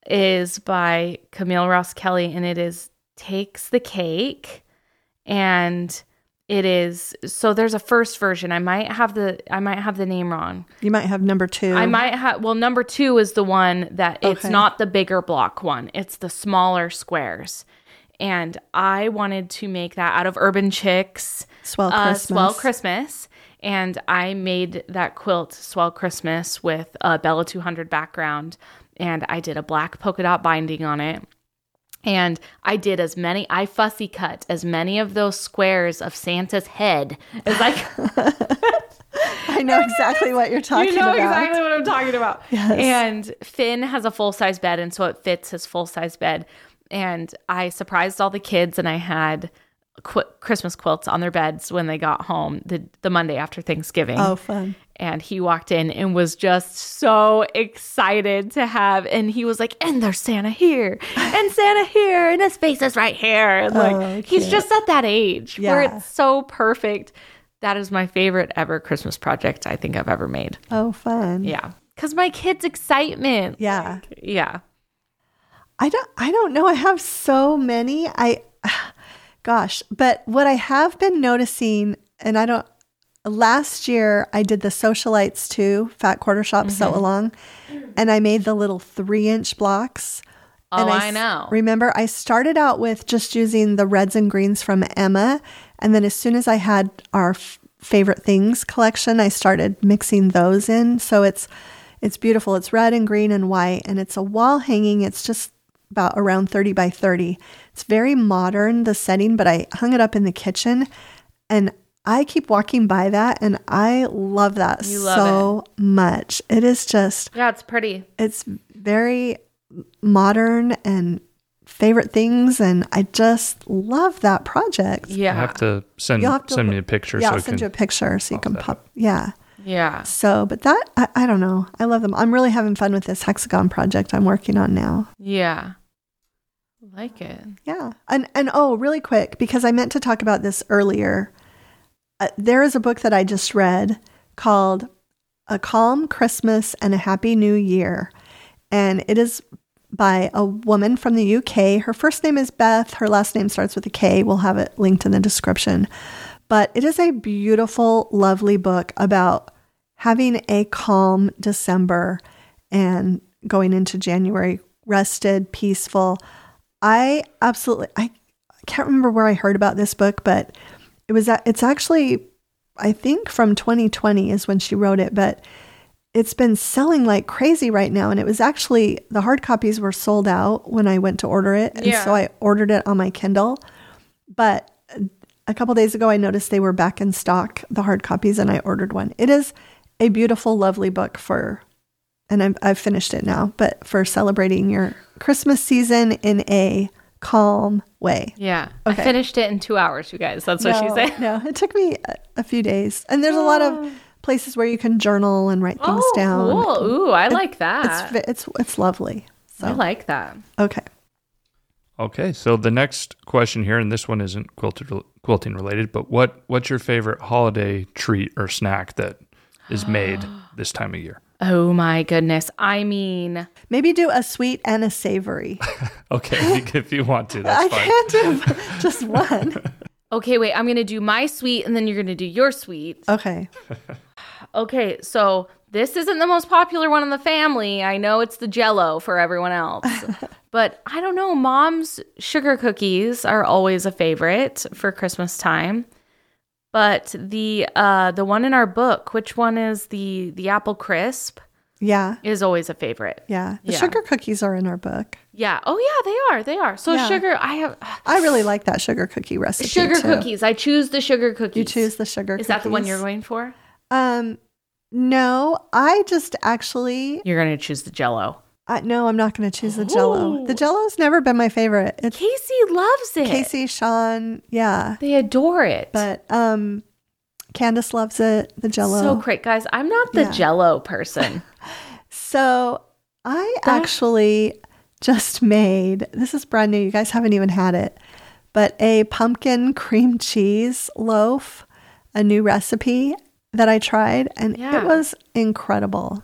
[SPEAKER 1] is by Camille Ross Kelly, and it is Takes the Cake. And it is so there's a first version. I might have the I might have the name wrong.
[SPEAKER 2] You might have number two.
[SPEAKER 1] I might have well number 2 is the one that it's
[SPEAKER 2] Okay.
[SPEAKER 1] not the bigger block one. It's the smaller squares. And I wanted to make that out of urban chicks
[SPEAKER 2] swell
[SPEAKER 1] uh,
[SPEAKER 2] Christmas.
[SPEAKER 1] Swell Christmas. And I made that quilt Swell Christmas with a Bella 200 background. And I did a black polka dot binding on it. And I did as many, I fussy cut as many of those squares of Santa's head as I could.
[SPEAKER 2] I know exactly what you're talking
[SPEAKER 1] you know
[SPEAKER 2] about.
[SPEAKER 1] exactly what I'm talking about. And Finn has a full size bed, and so it fits his full size bed. and I surprised all the kids, and I had qu- Christmas quilts on their beds when they got home the the Monday after Thanksgiving.
[SPEAKER 2] Oh, fun.
[SPEAKER 1] And he walked in and was just so excited to have, and he was like, "And there's Santa here, and Santa here, and his face is right here." And like,
[SPEAKER 2] Oh,
[SPEAKER 1] he's
[SPEAKER 2] cute.
[SPEAKER 1] just at that age where
[SPEAKER 2] Yeah.
[SPEAKER 1] it's so perfect. That is my favorite ever Christmas project I think I've ever made.
[SPEAKER 2] Oh, fun.
[SPEAKER 1] Yeah, because my kids' excitement.
[SPEAKER 2] Yeah.
[SPEAKER 1] yeah.
[SPEAKER 2] I don't I don't know. I have so many. I gosh, but what I have been noticing and I don't last year I did the socialites too, fat quarter shop sew
[SPEAKER 1] Mm-hmm.
[SPEAKER 2] along, and I made the little 3-inch blocks.
[SPEAKER 1] Oh,
[SPEAKER 2] and
[SPEAKER 1] I
[SPEAKER 2] s-
[SPEAKER 1] know.
[SPEAKER 2] Remember, I started out with just using the reds and greens from Emma, and then as soon as I had our f- favorite things collection, I started mixing those in. So it's it's beautiful. It's red and green and white, and it's a wall hanging. It's just about around 30 by 30. It's very modern the setting, but I hung it up in the kitchen and I keep walking by that and I love that
[SPEAKER 1] You love
[SPEAKER 2] so much. It is just
[SPEAKER 1] Yeah, it's pretty.
[SPEAKER 2] it's very modern and favorite things and i just love that project
[SPEAKER 1] Yeah.
[SPEAKER 3] I have to send
[SPEAKER 2] You'll have to
[SPEAKER 3] send
[SPEAKER 2] look-
[SPEAKER 3] me a picture
[SPEAKER 2] yeah
[SPEAKER 3] so
[SPEAKER 2] i'll
[SPEAKER 3] I can
[SPEAKER 2] send you a picture so you can
[SPEAKER 3] that
[SPEAKER 2] pop yeah
[SPEAKER 1] yeah.
[SPEAKER 2] so but that I, I don't know i love them i'm really having fun with this hexagon project i'm working on now
[SPEAKER 1] Yeah. Like it.
[SPEAKER 2] yeah and and oh really quick because i meant to talk about this earlier uh, there is a book that i just read called a calm christmas and a happy new year and it is by a woman from the UK. Her first name is Beth. Her last name starts with a K. We'll have it linked in the description. But it is a beautiful, lovely book about having a calm December and going into January rested, peaceful. I absolutely I can't remember where I heard about this book, but it was a- it's actually I think from 2020 is when she wrote it, but it's been selling like crazy right now. And it was actually the hard copies were sold out when I went to order it. And
[SPEAKER 1] Yeah.
[SPEAKER 2] so I ordered it on my Kindle. But a couple days ago, I noticed they were back in stock, the hard copies, and I ordered one. It is a beautiful, lovely book for, and I'm, I've finished it now, but for celebrating your Christmas season in a calm way.
[SPEAKER 1] Yeah. I
[SPEAKER 2] Okay.
[SPEAKER 1] finished it in two hours, you guys. That's what she
[SPEAKER 2] No,
[SPEAKER 1] said. Oh.
[SPEAKER 2] No, it took me a, a few days. And there's a lot of places where you can journal and write things down.
[SPEAKER 1] cool. Ooh, I like
[SPEAKER 2] It's
[SPEAKER 1] that.
[SPEAKER 2] ve- it's it's lovely.
[SPEAKER 1] I
[SPEAKER 2] So
[SPEAKER 1] like that.
[SPEAKER 2] okay,
[SPEAKER 3] Okay, so the next question here, and this one isn't quilted, quilting related, but what what's your favorite holiday treat or snack that is made this time of year?
[SPEAKER 1] Oh my goodness. I mean,
[SPEAKER 2] maybe do a sweet and a savory.
[SPEAKER 3] Okay, if you want to,
[SPEAKER 2] I
[SPEAKER 3] that's fine.
[SPEAKER 2] can't do just one.
[SPEAKER 1] okay, wait, I'm going to do my sweet and then you're going to do your sweet.
[SPEAKER 2] Okay,
[SPEAKER 1] Okay, so this isn't the most popular one in the family. I know it's the jello for everyone else. but I don't know, mom's sugar cookies are always a favorite for Christmas time. But the uh the one in our book, which one is the the apple crisp
[SPEAKER 2] yeah,
[SPEAKER 1] is always a favorite.
[SPEAKER 2] yeah. The
[SPEAKER 1] Yeah.
[SPEAKER 2] sugar cookies are in our book.
[SPEAKER 1] Yeah. Oh yeah, they are. They are. So
[SPEAKER 2] Yeah.
[SPEAKER 1] sugar I have ah,
[SPEAKER 2] I really like that sugar cookie recipe.
[SPEAKER 1] sugar
[SPEAKER 2] too.
[SPEAKER 1] cookies. I choose the sugar cookies.
[SPEAKER 2] You choose the sugar.
[SPEAKER 1] Is that the one
[SPEAKER 2] cookies.
[SPEAKER 1] you're going for?
[SPEAKER 2] Um, no, I just actually.
[SPEAKER 1] You're going to choose the jello.
[SPEAKER 2] I, no, I'm not going to choose the Jello. The
[SPEAKER 1] Ooh.
[SPEAKER 2] Jello's never been my favorite. It's
[SPEAKER 1] Casey loves it.
[SPEAKER 2] Casey, Sean, yeah,
[SPEAKER 1] They adore it.
[SPEAKER 2] but um, Candace loves it. The Jello.
[SPEAKER 1] So great, guys. I'm not the
[SPEAKER 2] Yeah.
[SPEAKER 1] jello person.
[SPEAKER 2] So I
[SPEAKER 1] That-
[SPEAKER 2] actually just made this is brand new. You guys haven't even had it, but a pumpkin cream cheese loaf, a new recipe that I tried, and
[SPEAKER 1] Yeah.
[SPEAKER 2] it was incredible.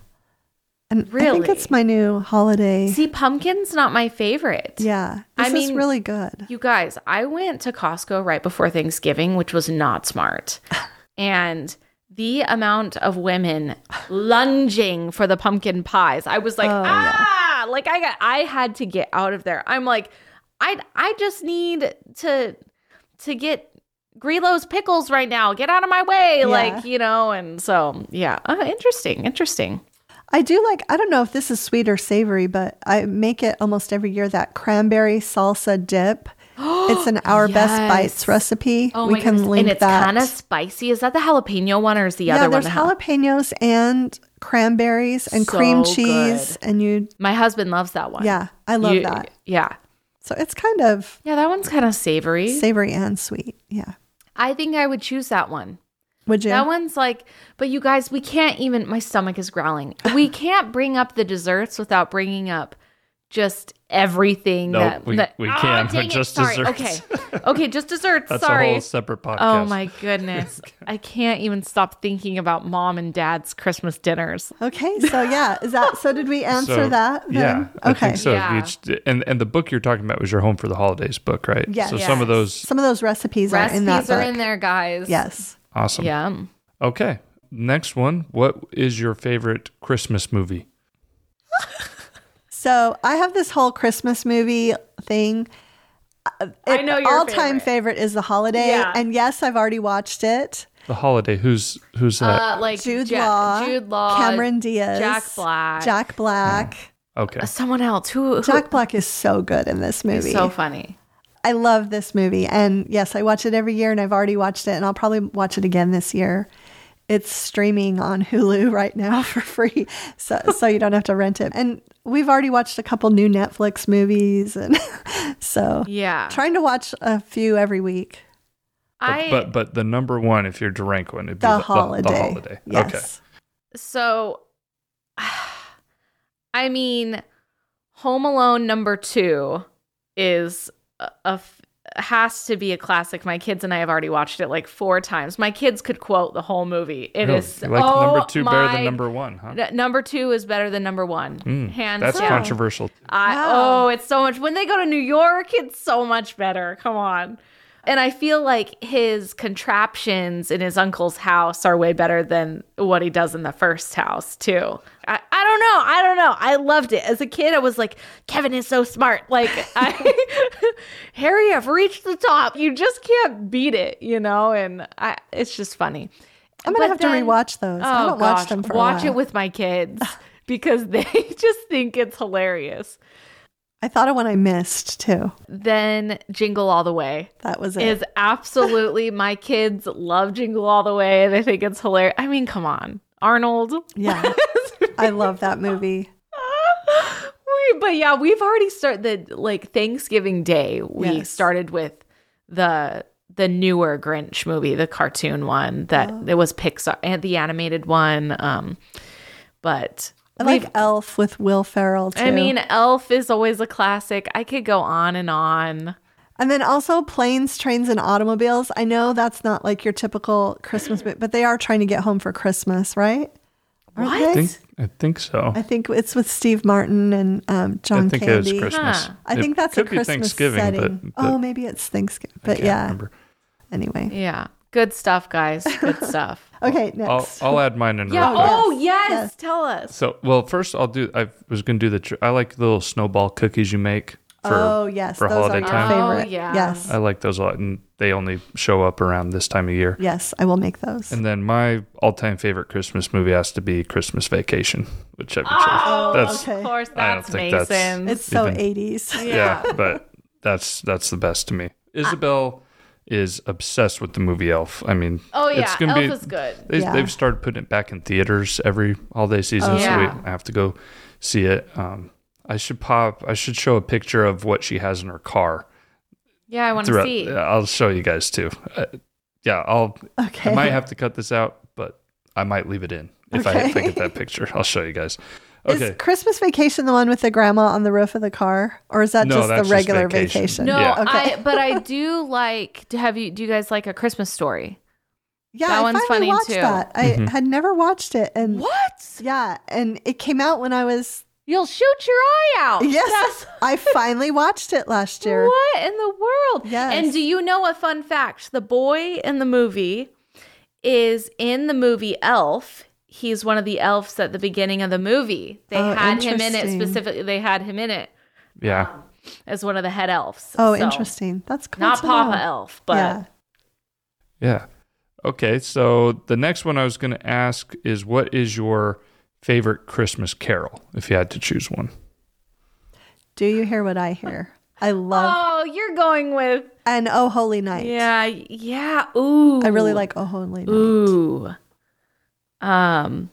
[SPEAKER 2] And I think
[SPEAKER 1] Really?
[SPEAKER 2] it's my new holiday.
[SPEAKER 1] See, pumpkin's not my favorite.
[SPEAKER 2] yeah,
[SPEAKER 1] I
[SPEAKER 2] this is
[SPEAKER 1] mean-
[SPEAKER 2] really good.
[SPEAKER 1] You guys, I went to Costco right before Thanksgiving, which was not smart. and the amount of women lunging for the pumpkin pies, I was like,
[SPEAKER 2] Oh, yeah.
[SPEAKER 1] ah, like I got, I had to get out of there. I'm like, I, I just need to, to get Grilo's pickles right now. Get out of my way,
[SPEAKER 2] Yeah.
[SPEAKER 1] like you know. And so, yeah, uh, interesting, interesting.
[SPEAKER 2] I do like. I don't know if this is sweet or savory, but I make it almost every year. That cranberry salsa dip. it's an Our Best
[SPEAKER 1] Yes.
[SPEAKER 2] Bites recipe.
[SPEAKER 1] Oh
[SPEAKER 2] we
[SPEAKER 1] my
[SPEAKER 2] can
[SPEAKER 1] goodness.
[SPEAKER 2] link
[SPEAKER 1] and it's
[SPEAKER 2] that.
[SPEAKER 1] kind of spicy. Is that the jalapeno one or is the
[SPEAKER 2] yeah,
[SPEAKER 1] other one?
[SPEAKER 2] there's
[SPEAKER 1] that-
[SPEAKER 2] jalapenos and cranberries and cream
[SPEAKER 1] So
[SPEAKER 2] cheese, and you.
[SPEAKER 1] My husband loves that one.
[SPEAKER 2] Yeah, I love
[SPEAKER 1] You-
[SPEAKER 2] that.
[SPEAKER 1] Yeah.
[SPEAKER 2] So it's kind of
[SPEAKER 1] Yeah, that one's kind of savory.
[SPEAKER 2] savory and sweet. Yeah.
[SPEAKER 1] I think I would choose that one.
[SPEAKER 2] Would you?
[SPEAKER 1] That one's like, but you guys, we can't even, my stomach is growling. We can't bring up the desserts without bringing up just everything
[SPEAKER 3] Nope,
[SPEAKER 1] that,
[SPEAKER 3] we-
[SPEAKER 1] that- Oh,
[SPEAKER 3] we can't.
[SPEAKER 1] dang
[SPEAKER 3] Just
[SPEAKER 1] Sorry.
[SPEAKER 3] desserts.
[SPEAKER 1] Okay. Okay, just desserts.
[SPEAKER 3] That's
[SPEAKER 1] Sorry.
[SPEAKER 3] a whole separate podcast.
[SPEAKER 1] Oh my goodness. I can't even stop thinking about mom and dad's Christmas dinners.
[SPEAKER 2] Okay. So yeah, is that so? Did we answer
[SPEAKER 3] So,
[SPEAKER 2] that?
[SPEAKER 3] Yeah.
[SPEAKER 2] Then?
[SPEAKER 3] I
[SPEAKER 2] Okay.
[SPEAKER 3] think so.
[SPEAKER 1] Yeah.
[SPEAKER 3] Each, and and the book you're talking about was your home for the holidays book, right?
[SPEAKER 2] Yes.
[SPEAKER 3] So some of those
[SPEAKER 2] Some of those recipes, are
[SPEAKER 1] Recipes
[SPEAKER 2] in that
[SPEAKER 1] are
[SPEAKER 2] book.
[SPEAKER 1] in there, guys.
[SPEAKER 2] Yes.
[SPEAKER 3] awesome.
[SPEAKER 1] Yum.
[SPEAKER 3] Okay. Next one. What is your favorite Christmas movie?
[SPEAKER 2] So I have this whole Christmas movie thing.
[SPEAKER 1] I know your
[SPEAKER 2] all time
[SPEAKER 1] favorite.
[SPEAKER 2] favorite is The Holiday,
[SPEAKER 1] Yeah.
[SPEAKER 2] and yes, I've already watched it.
[SPEAKER 3] The holiday. Who's who's that?
[SPEAKER 1] Uh, like
[SPEAKER 2] Jude
[SPEAKER 1] Ja-
[SPEAKER 2] Law,
[SPEAKER 1] Jude Law,
[SPEAKER 2] Cameron Diaz,
[SPEAKER 1] Jack Black,
[SPEAKER 2] Jack Black.
[SPEAKER 3] okay.
[SPEAKER 1] someone else who, who
[SPEAKER 2] Jack Black is so good in this
[SPEAKER 1] is
[SPEAKER 2] movie.
[SPEAKER 1] so funny.
[SPEAKER 2] I love this movie, and yes, I watch it every year, and I've already watched it, and I'll probably watch it again this year. It's streaming on Hulu right now for free, so so you don't have to rent it. And we've already watched a couple new Netflix movies, and so
[SPEAKER 1] Yeah,
[SPEAKER 2] trying to watch a few every week.
[SPEAKER 1] I
[SPEAKER 3] but but the number one, if you're to rank one, it'd be
[SPEAKER 2] The holiday.
[SPEAKER 3] The, holiday. Okay.
[SPEAKER 2] Yes.
[SPEAKER 1] so I mean, Home Alone number two is a, a f- has to be a classic. My kids and I have already watched it like four times. My kids could quote the whole movie. It
[SPEAKER 3] Really?
[SPEAKER 1] is
[SPEAKER 3] You like
[SPEAKER 1] oh
[SPEAKER 3] number two better
[SPEAKER 1] my-
[SPEAKER 3] than number one, huh?
[SPEAKER 1] N- number two is better than number one,
[SPEAKER 3] Mm,
[SPEAKER 1] hands
[SPEAKER 3] That's
[SPEAKER 1] down.
[SPEAKER 3] controversial.
[SPEAKER 1] I
[SPEAKER 2] Wow.
[SPEAKER 1] oh, it's so much. When they go to New York, it's so much better. Come on. And I feel like his contraptions in his uncle's house are way better than what he does in the first house, too. I, I don't know. I don't know. I loved it. As a kid, I was like, Kevin is so smart. Like, I, Harry, I've reached the top. You just can't beat it, you know? And I, it's just funny.
[SPEAKER 2] I'm gonna
[SPEAKER 1] But
[SPEAKER 2] have
[SPEAKER 1] then- oh
[SPEAKER 2] to rewatch those. I haven't watched them for a
[SPEAKER 1] Watch
[SPEAKER 2] while.
[SPEAKER 1] it with my kids because they just think it's hilarious.
[SPEAKER 2] I thought of one I missed too.
[SPEAKER 1] Then Jingle All the Way
[SPEAKER 2] That was it.
[SPEAKER 1] is absolutely my kids love Jingle All the Way. They think it's hilarious. I mean, come on, Arnold.
[SPEAKER 2] yeah, I love that movie.
[SPEAKER 1] We- but yeah, we've already started the like Thanksgiving Day. We
[SPEAKER 2] Yes.
[SPEAKER 1] started with the the newer Grinch movie, the cartoon one that
[SPEAKER 2] Oh.
[SPEAKER 1] it was Pixar and the animated one. Um, but
[SPEAKER 2] I like Elf with Will Ferrell too.
[SPEAKER 1] I mean, Elf is always a classic. I could go on and on.
[SPEAKER 2] And then also planes, trains, and automobiles. I know that's not like your typical Christmas, mo- but they are trying to get home for Christmas, right? Aren't
[SPEAKER 1] What?
[SPEAKER 2] they?
[SPEAKER 3] I think I think so.
[SPEAKER 2] I think it's with Steve Martin and um, John
[SPEAKER 3] I think it
[SPEAKER 2] Candy.
[SPEAKER 3] was Christmas.
[SPEAKER 1] Huh.
[SPEAKER 2] I
[SPEAKER 3] It
[SPEAKER 2] think that's
[SPEAKER 3] could
[SPEAKER 2] a
[SPEAKER 3] be
[SPEAKER 2] Christmas
[SPEAKER 3] Thanksgiving,
[SPEAKER 2] setting.
[SPEAKER 3] but, but
[SPEAKER 2] oh, maybe it's Thanksgiving,
[SPEAKER 3] I
[SPEAKER 2] but
[SPEAKER 3] can't
[SPEAKER 2] yeah.
[SPEAKER 3] remember.
[SPEAKER 2] Anyway,
[SPEAKER 1] Yeah, good stuff, guys. Good stuff.
[SPEAKER 2] okay,
[SPEAKER 3] I'll,
[SPEAKER 2] next.
[SPEAKER 3] I'll add mine in.
[SPEAKER 1] Yeah.
[SPEAKER 3] real quick.
[SPEAKER 1] Oh yes.
[SPEAKER 2] Yes.
[SPEAKER 1] Tell us.
[SPEAKER 3] So well, first I'll do. I was gonna do the. Tr- I like the little snowball cookies you make. For,
[SPEAKER 2] oh yes,
[SPEAKER 3] for
[SPEAKER 2] those
[SPEAKER 3] holiday
[SPEAKER 2] are your
[SPEAKER 3] time.
[SPEAKER 1] Oh,
[SPEAKER 2] favorite.
[SPEAKER 1] yeah.
[SPEAKER 2] Yes,
[SPEAKER 3] I like those a lot, and they only show up around this time of year.
[SPEAKER 2] yes, I will make those.
[SPEAKER 3] And then my all-time favorite Christmas movie has to be Christmas Vacation, which I've been oh, that's
[SPEAKER 2] okay.
[SPEAKER 1] Of course,
[SPEAKER 3] I don't
[SPEAKER 1] that's
[SPEAKER 3] think that's-
[SPEAKER 1] Mason's.
[SPEAKER 2] it's so
[SPEAKER 3] even-
[SPEAKER 2] 80s.
[SPEAKER 3] yeah. but that's that's the best to me. Isabel is obsessed with the movie Elf. I mean,
[SPEAKER 1] oh yeah,
[SPEAKER 3] it's gonna
[SPEAKER 1] Elf
[SPEAKER 3] be,
[SPEAKER 1] is good.
[SPEAKER 3] They,
[SPEAKER 2] Yeah. Oh,
[SPEAKER 3] They've started putting it back in theaters every holiday season, so
[SPEAKER 1] Yeah.
[SPEAKER 3] we have to go see it. Um, I should pop. I should show a picture of what she has in her car.
[SPEAKER 1] Yeah, I want to
[SPEAKER 3] Throughout, uh,
[SPEAKER 1] see.
[SPEAKER 3] Yeah, I'll show you guys too. Uh, yeah, I'll.
[SPEAKER 2] Okay.
[SPEAKER 3] I might have to cut this out, but I might leave it in if I, if I
[SPEAKER 2] Okay.
[SPEAKER 3] get that picture. I'll show you guys. Okay.
[SPEAKER 2] Is Christmas Vacation the one with the grandma on the roof of the car, or is that
[SPEAKER 3] No,
[SPEAKER 2] just the
[SPEAKER 3] that's just
[SPEAKER 2] regular
[SPEAKER 3] vacation.
[SPEAKER 2] vacation?
[SPEAKER 1] No,
[SPEAKER 3] Yeah.
[SPEAKER 1] I. But I do like. do- Have you? Do you guys like a Christmas story?
[SPEAKER 2] Yeah,
[SPEAKER 1] That
[SPEAKER 2] I
[SPEAKER 1] one's
[SPEAKER 2] finally
[SPEAKER 1] funny,
[SPEAKER 2] watched
[SPEAKER 1] too.
[SPEAKER 2] that. I
[SPEAKER 3] Mhm.
[SPEAKER 2] had never watched it, and
[SPEAKER 1] What?
[SPEAKER 2] yeah, and it came out when I was
[SPEAKER 1] You'll shoot your eye out.
[SPEAKER 2] yes,
[SPEAKER 1] Oh, That's-
[SPEAKER 2] I finally watched it last year.
[SPEAKER 1] What in the world?
[SPEAKER 2] Yes.
[SPEAKER 1] And do you know a fun fact? The boy in the movie is in the movie Elf. He's one of the elves at the beginning of the movie. They
[SPEAKER 2] Oh,
[SPEAKER 1] had him in it
[SPEAKER 2] interesting.
[SPEAKER 1] specifically. They had him in it
[SPEAKER 3] yeah.
[SPEAKER 1] as one of the head elves.
[SPEAKER 2] Oh,
[SPEAKER 1] So,
[SPEAKER 2] interesting. That's cool.
[SPEAKER 1] Not
[SPEAKER 2] to
[SPEAKER 1] Papa
[SPEAKER 2] know.
[SPEAKER 1] Elf, but
[SPEAKER 2] yeah,
[SPEAKER 3] Yeah. Okay. So the next one I was going to ask is what is your favorite Christmas carol if you had to choose one?
[SPEAKER 2] do you hear what I hear? I love
[SPEAKER 1] oh, you're going with
[SPEAKER 2] and Oh Holy Night.
[SPEAKER 1] yeah, yeah. Ooh,
[SPEAKER 2] I really like Oh Holy Night.
[SPEAKER 1] Ooh, um,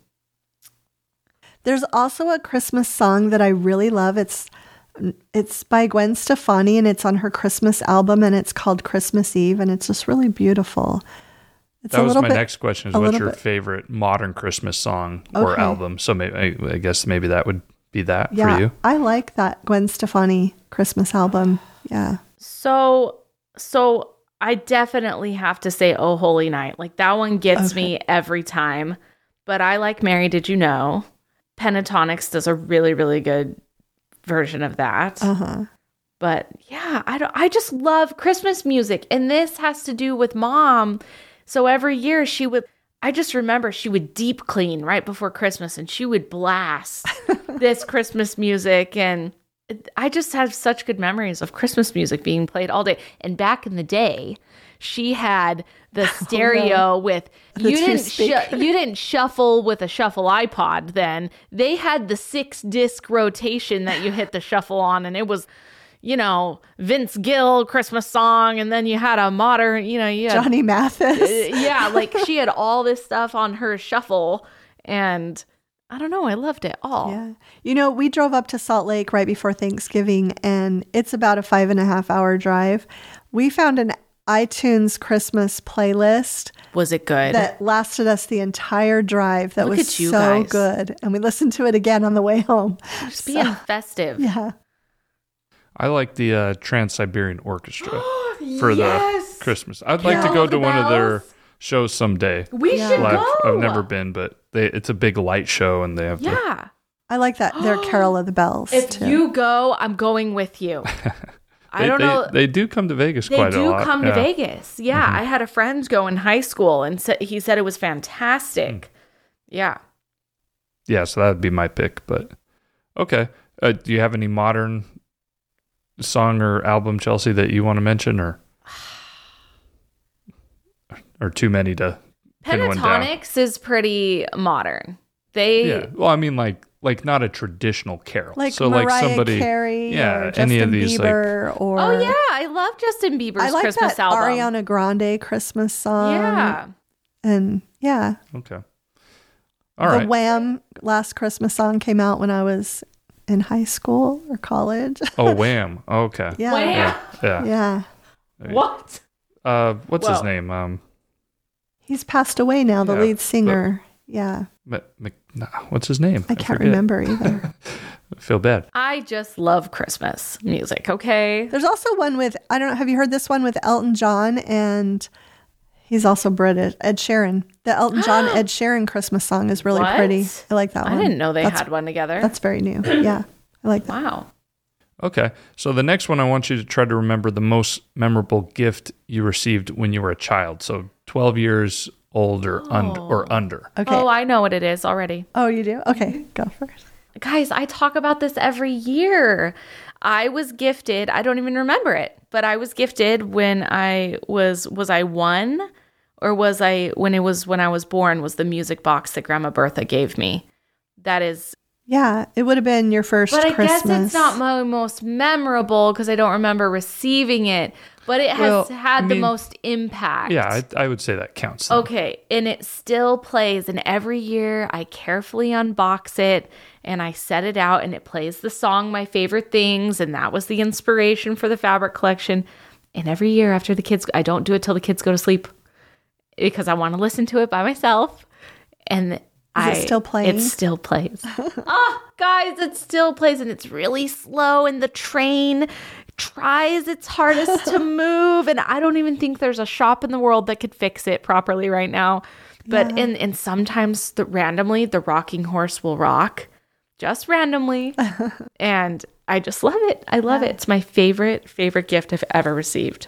[SPEAKER 2] There's also a Christmas song that I really love. It's it's by Gwen Stefani and it's on her Christmas album and it's called Christmas Eve and it's just really beautiful. It's
[SPEAKER 3] that
[SPEAKER 2] a
[SPEAKER 3] was
[SPEAKER 2] little
[SPEAKER 3] my
[SPEAKER 2] bit
[SPEAKER 3] next question: Is
[SPEAKER 2] a
[SPEAKER 3] what's
[SPEAKER 2] little
[SPEAKER 3] your
[SPEAKER 2] bit-
[SPEAKER 3] favorite modern Christmas song or
[SPEAKER 2] Okay.
[SPEAKER 3] album? So maybe I, I guess maybe that would be that
[SPEAKER 2] yeah,
[SPEAKER 3] for you.
[SPEAKER 2] I like that Gwen Stefani Christmas album. Yeah.
[SPEAKER 1] So, so I definitely have to say, "Oh, Holy Night." Like that one gets me every time. But I like "Mary." Did you know? Pentatonics does a really, really good version of that.
[SPEAKER 2] Uh-huh.
[SPEAKER 1] but yeah, I don't. I just love Christmas music, and this has to do with mom. So every year she would. I just remember she would deep clean right before Christmas, and she would blast this Christmas music and. I just have such good memories of Christmas music being played all day. And back in the day, she had the stereo with you
[SPEAKER 2] Oh, two
[SPEAKER 1] didn't shu-
[SPEAKER 2] speaker.
[SPEAKER 1] you didn't shuffle with a shuffle iPod then. They had the six disc rotation that you hit the shuffle on and it was you know, Vince Gill Christmas song and then you had a modern, you know, you had uh,
[SPEAKER 2] Johnny Mathis.
[SPEAKER 1] yeah, like she had all this stuff on her shuffle and I don't know, I loved it all.
[SPEAKER 2] Yeah. You know, we drove up to Salt Lake right before Thanksgiving, and it's about a five and a half hour drive. We found an iTunes Christmas playlist
[SPEAKER 1] Was it good?
[SPEAKER 2] that lasted us the entire drive. That
[SPEAKER 1] Look
[SPEAKER 2] was
[SPEAKER 1] at you
[SPEAKER 2] so
[SPEAKER 1] guys.
[SPEAKER 2] good. And we listened to it again on the way home.
[SPEAKER 1] Just being festive.
[SPEAKER 2] Yeah.
[SPEAKER 3] I like the uh, Trans Siberian Orchestra for the Christmas. I'd like to
[SPEAKER 1] Yeah.
[SPEAKER 3] go to one of their
[SPEAKER 1] Bells.
[SPEAKER 3] shows someday.
[SPEAKER 1] We
[SPEAKER 2] Yeah.
[SPEAKER 1] should
[SPEAKER 3] Live.
[SPEAKER 1] go.
[SPEAKER 3] I've never been, but they, it's a big light show, and they have the
[SPEAKER 1] Yeah.
[SPEAKER 2] I like that. Their Carol of the Bells.
[SPEAKER 1] If
[SPEAKER 2] too.
[SPEAKER 1] you go, I'm going with you. I
[SPEAKER 3] They-
[SPEAKER 1] don't
[SPEAKER 3] they,
[SPEAKER 1] know.
[SPEAKER 3] They do come to Vegas
[SPEAKER 1] They
[SPEAKER 3] quite a
[SPEAKER 1] do
[SPEAKER 3] lot.
[SPEAKER 1] come to
[SPEAKER 3] yeah. Mm-hmm.
[SPEAKER 1] Vegas. Yeah. I had a friend go in high school and sa- he said it was
[SPEAKER 3] Mm.
[SPEAKER 1] fantastic. Yeah.
[SPEAKER 3] Yeah, so that would be my pick. But okay, uh, do you have any modern song or album, Chelsea, that you want to mention, or or too many to pin one down?
[SPEAKER 1] Pentatonics is pretty modern. They
[SPEAKER 3] Yeah. Well, I mean, like like not a traditional carol.
[SPEAKER 2] like
[SPEAKER 3] so
[SPEAKER 2] Mariah
[SPEAKER 3] like somebody.
[SPEAKER 2] Carey,
[SPEAKER 3] yeah,
[SPEAKER 2] or
[SPEAKER 3] any
[SPEAKER 2] Justin
[SPEAKER 3] of these, like-
[SPEAKER 2] Bieber, or
[SPEAKER 1] Oh yeah, I love Justin Bieber's
[SPEAKER 2] I like
[SPEAKER 1] Christmas
[SPEAKER 2] that
[SPEAKER 1] album.
[SPEAKER 2] Ariana Grande Christmas song.
[SPEAKER 1] yeah.
[SPEAKER 2] and yeah,
[SPEAKER 3] Okay. All
[SPEAKER 2] the
[SPEAKER 3] right.
[SPEAKER 2] Wham last Christmas song came out when I was in high school or college.
[SPEAKER 3] oh, wham. Okay.
[SPEAKER 2] yeah.
[SPEAKER 1] Wham.
[SPEAKER 3] Yeah. Yeah.
[SPEAKER 2] Yeah.
[SPEAKER 1] What?
[SPEAKER 3] Uh, what's his
[SPEAKER 1] Well-
[SPEAKER 3] name? Um,
[SPEAKER 2] He's passed away now, the
[SPEAKER 3] Yeah,
[SPEAKER 2] lead singer. yeah.
[SPEAKER 3] Mc- Mc- nah, what's his name?
[SPEAKER 2] I can't
[SPEAKER 3] forget.
[SPEAKER 2] remember either.
[SPEAKER 3] I feel bad.
[SPEAKER 1] I just love Christmas music, okay?
[SPEAKER 2] There's also one with I don't know, have you heard this one with Elton John and he's also British, Ed Sheeran. The Elton John Ed Sheeran Christmas song is really
[SPEAKER 1] What?
[SPEAKER 2] pretty. I like that
[SPEAKER 1] I
[SPEAKER 2] one.
[SPEAKER 1] didn't know they
[SPEAKER 2] that's,
[SPEAKER 1] had one together.
[SPEAKER 2] That's very new. Yeah. I like that.
[SPEAKER 1] Wow.
[SPEAKER 3] Okay. So the next one, I want you to try to remember the most memorable gift you received when you were a child. So 12 years old or, und- or under.
[SPEAKER 2] Okay.
[SPEAKER 1] Oh,
[SPEAKER 2] Oh,
[SPEAKER 1] I Mm-hmm. know what it is already.
[SPEAKER 2] you do? Okay, go first.
[SPEAKER 1] Guys, I talk about this every year. I was gifted, I don't even remember it, but I was gifted when I was was I 1 or was I when it was when I was born was the music box that grandma Bertha gave me. That is
[SPEAKER 2] Yeah, it would have been your first
[SPEAKER 1] But I
[SPEAKER 2] Christmas.
[SPEAKER 1] guess it's not my most memorable because I don't remember receiving it, but it has
[SPEAKER 3] Well,
[SPEAKER 1] had
[SPEAKER 3] I
[SPEAKER 1] the
[SPEAKER 3] mean-
[SPEAKER 1] most impact.
[SPEAKER 3] Yeah, I, I would say that counts. then.
[SPEAKER 1] Okay, and it still plays, and every year I carefully unbox it and I set it out, and it plays the song My Favorite Things, and that was the inspiration for the fabric collection. And every year after the kids, I don't do it till the kids go to sleep because I want to listen to it by myself. And I
[SPEAKER 2] still playing?
[SPEAKER 1] It still plays. Ah, guys, it still plays, and it's really slow, and the train tries its hardest to move, and I don't even think there's a shop in the world that could fix it properly right now. But and and sometimes the, randomly the rocking horse will rock, just randomly, and I just love it. I love it. It's my favorite favorite gift I've ever received.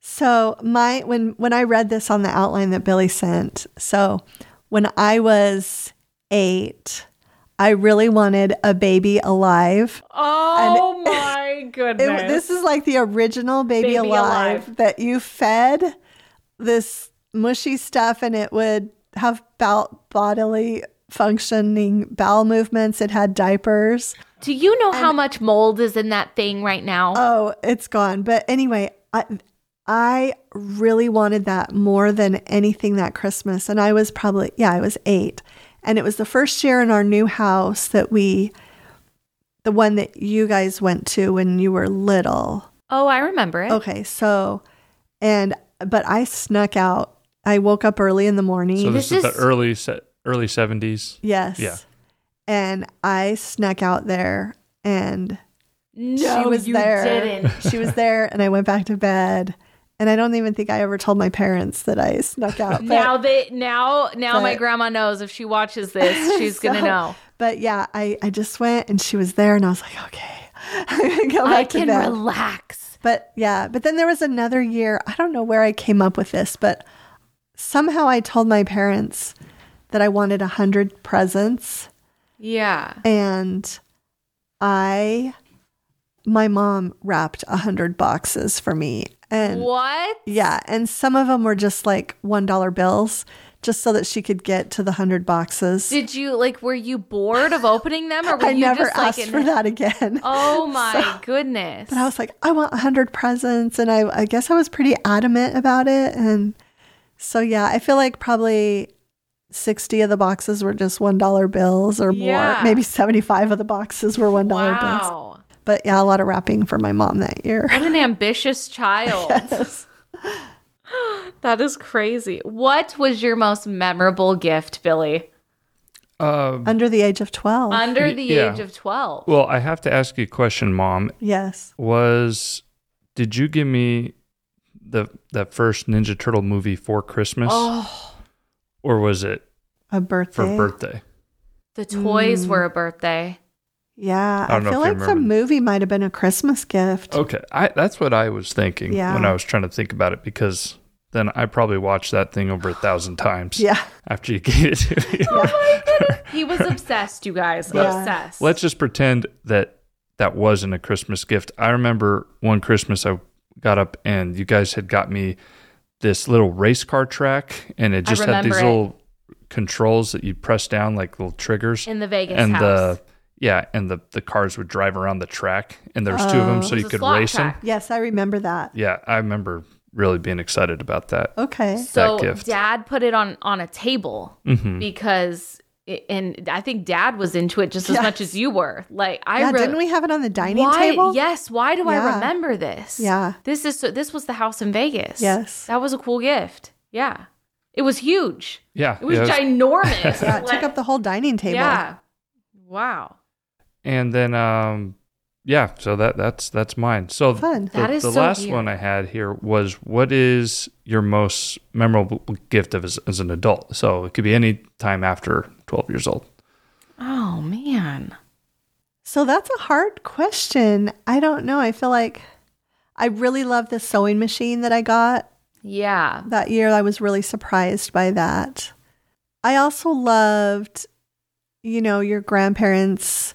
[SPEAKER 2] So my when when I read this on the outline that Billy sent, so when I was eight, I really wanted a baby alive.
[SPEAKER 1] Oh my
[SPEAKER 2] It-
[SPEAKER 1] goodness!
[SPEAKER 2] this is like the original baby,
[SPEAKER 1] Baby
[SPEAKER 2] alive,
[SPEAKER 1] Alive.
[SPEAKER 2] that you fed this mushy stuff, and it would have bowel bodily functioning bowel movements. It had diapers.
[SPEAKER 1] Do you know how much mold is in that thing right now?
[SPEAKER 2] Oh, it's gone. But anyway, I I really wanted that more than anything that Christmas. And I was probably yeah, I was 8. And it was the first year in our new house that we the one that you guys went to when you were little.
[SPEAKER 1] Oh, I remember it.
[SPEAKER 2] Okay, so and but I snuck out. I woke up early in the morning.
[SPEAKER 3] So this,
[SPEAKER 1] This
[SPEAKER 3] is,
[SPEAKER 1] is-
[SPEAKER 3] the early se- early seventies.
[SPEAKER 2] yes.
[SPEAKER 3] Yeah.
[SPEAKER 2] And I snuck out there and
[SPEAKER 1] No,
[SPEAKER 2] she was
[SPEAKER 1] you
[SPEAKER 2] there.
[SPEAKER 1] didn't.
[SPEAKER 2] She was there and I went back to bed. And I don't even think I ever told my parents that I snuck out. but-
[SPEAKER 1] now they now now my
[SPEAKER 2] But-
[SPEAKER 1] grandma knows if she watches this, she's gonna
[SPEAKER 2] So-
[SPEAKER 1] know.
[SPEAKER 2] But yeah, I, I just went and she was there and I was like, okay, I'm gonna go back
[SPEAKER 1] I
[SPEAKER 2] to
[SPEAKER 1] can
[SPEAKER 2] bed.
[SPEAKER 1] relax.
[SPEAKER 2] But yeah, but then there was another year. I don't know where I came up with this, but somehow I told my parents that I wanted a hundred presents,
[SPEAKER 1] Yeah.
[SPEAKER 2] and I, my mom wrapped a hundred boxes for me, and
[SPEAKER 1] What?
[SPEAKER 2] yeah, and some of them were just like one dollar bills, just so that she could get to the hundred boxes.
[SPEAKER 1] Did you like were you bored of opening them or were
[SPEAKER 2] I
[SPEAKER 1] you
[SPEAKER 2] never
[SPEAKER 1] just
[SPEAKER 2] asked
[SPEAKER 1] like in-
[SPEAKER 2] for that again.
[SPEAKER 1] Oh my goodness.
[SPEAKER 2] But I was like, I want 100 presents. And I, I guess I was pretty adamant about it. And so, yeah, I feel like probably 60 of the boxes were just $1 bills or
[SPEAKER 1] Yeah.
[SPEAKER 2] more. Maybe 75 of the boxes were $1 bills.
[SPEAKER 1] wow.
[SPEAKER 2] But yeah, a lot of wrapping for my mom that year.
[SPEAKER 1] What an ambitious child. That is crazy. What was your most memorable gift, Billy?
[SPEAKER 3] Uh,
[SPEAKER 1] Um,
[SPEAKER 2] Under the age of 12.
[SPEAKER 1] Under
[SPEAKER 3] Y-
[SPEAKER 1] the
[SPEAKER 3] yeah.
[SPEAKER 1] age of 12.
[SPEAKER 3] well, I have to ask you a question, Mom.
[SPEAKER 2] yes.
[SPEAKER 3] Was did you give me the that first Ninja Turtle movie for Christmas,
[SPEAKER 1] Oh,
[SPEAKER 3] or was it
[SPEAKER 2] A
[SPEAKER 3] for
[SPEAKER 2] birthday.
[SPEAKER 3] birthday?
[SPEAKER 1] the toys
[SPEAKER 2] Mm.
[SPEAKER 1] were a birthday.
[SPEAKER 2] Yeah.
[SPEAKER 3] I
[SPEAKER 2] I,
[SPEAKER 3] don't know
[SPEAKER 2] feel
[SPEAKER 3] if you
[SPEAKER 2] like the
[SPEAKER 3] remember. Oh.
[SPEAKER 2] movie might have been a Christmas gift.
[SPEAKER 3] Okay, I, that's what I was thinking
[SPEAKER 2] Yeah.
[SPEAKER 3] when I was trying to think about it because then I probably watched that thing over a thousand times
[SPEAKER 2] Yeah.
[SPEAKER 3] after you gave it to me.
[SPEAKER 1] He was obsessed, you guys.
[SPEAKER 2] Yeah.
[SPEAKER 1] Obsessed.
[SPEAKER 3] Let's just pretend that that wasn't a Christmas gift. I remember one Christmas I got up and you guys had got me this little race car track and it
[SPEAKER 1] I
[SPEAKER 3] just had these
[SPEAKER 1] remember it.
[SPEAKER 3] little controls that you press down like little triggers
[SPEAKER 1] in the Vegas
[SPEAKER 3] and
[SPEAKER 1] house.
[SPEAKER 3] the yeah and the the cars would drive around the track and there was two of them
[SPEAKER 2] Oh.
[SPEAKER 3] so
[SPEAKER 1] It
[SPEAKER 3] you
[SPEAKER 1] was a
[SPEAKER 3] could
[SPEAKER 1] slot
[SPEAKER 3] race
[SPEAKER 1] track.
[SPEAKER 3] them.
[SPEAKER 2] Yes, I remember that.
[SPEAKER 3] Yeah, I remember really being excited about that.
[SPEAKER 2] Okay.
[SPEAKER 1] so
[SPEAKER 3] gift. Mm-hmm.
[SPEAKER 1] dad put it on on a table because it, and I think dad was into it just as
[SPEAKER 2] Yes.
[SPEAKER 1] much as you were. Like I
[SPEAKER 2] yeah,
[SPEAKER 1] re-
[SPEAKER 2] didn't we have it on the dining
[SPEAKER 1] why,
[SPEAKER 2] table?
[SPEAKER 1] Yes. Why do I
[SPEAKER 2] Yeah.
[SPEAKER 1] remember this?
[SPEAKER 2] Yeah.
[SPEAKER 1] This is so, this was the house in Vegas.
[SPEAKER 2] Yes.
[SPEAKER 1] That was a cool gift. Yeah. It was huge.
[SPEAKER 3] Yeah.
[SPEAKER 1] It was
[SPEAKER 3] yeah,
[SPEAKER 1] ginormous.
[SPEAKER 2] Yeah, it
[SPEAKER 1] Like-
[SPEAKER 2] took up the whole dining table.
[SPEAKER 1] Yeah. Wow.
[SPEAKER 3] and then um yeah, so that that's that's mine. So
[SPEAKER 2] Fun.
[SPEAKER 3] the,
[SPEAKER 1] That is
[SPEAKER 3] the
[SPEAKER 1] so
[SPEAKER 3] last
[SPEAKER 1] weird.
[SPEAKER 3] one I had here was what is your most memorable gift of as, as an adult? So it could be any time after 12 years old.
[SPEAKER 1] Oh man.
[SPEAKER 2] So that's a hard question. I don't know. I feel like I really love the sewing machine that I got
[SPEAKER 1] Yeah.
[SPEAKER 2] that year. I was really surprised by that. I also loved, you know, your grandparents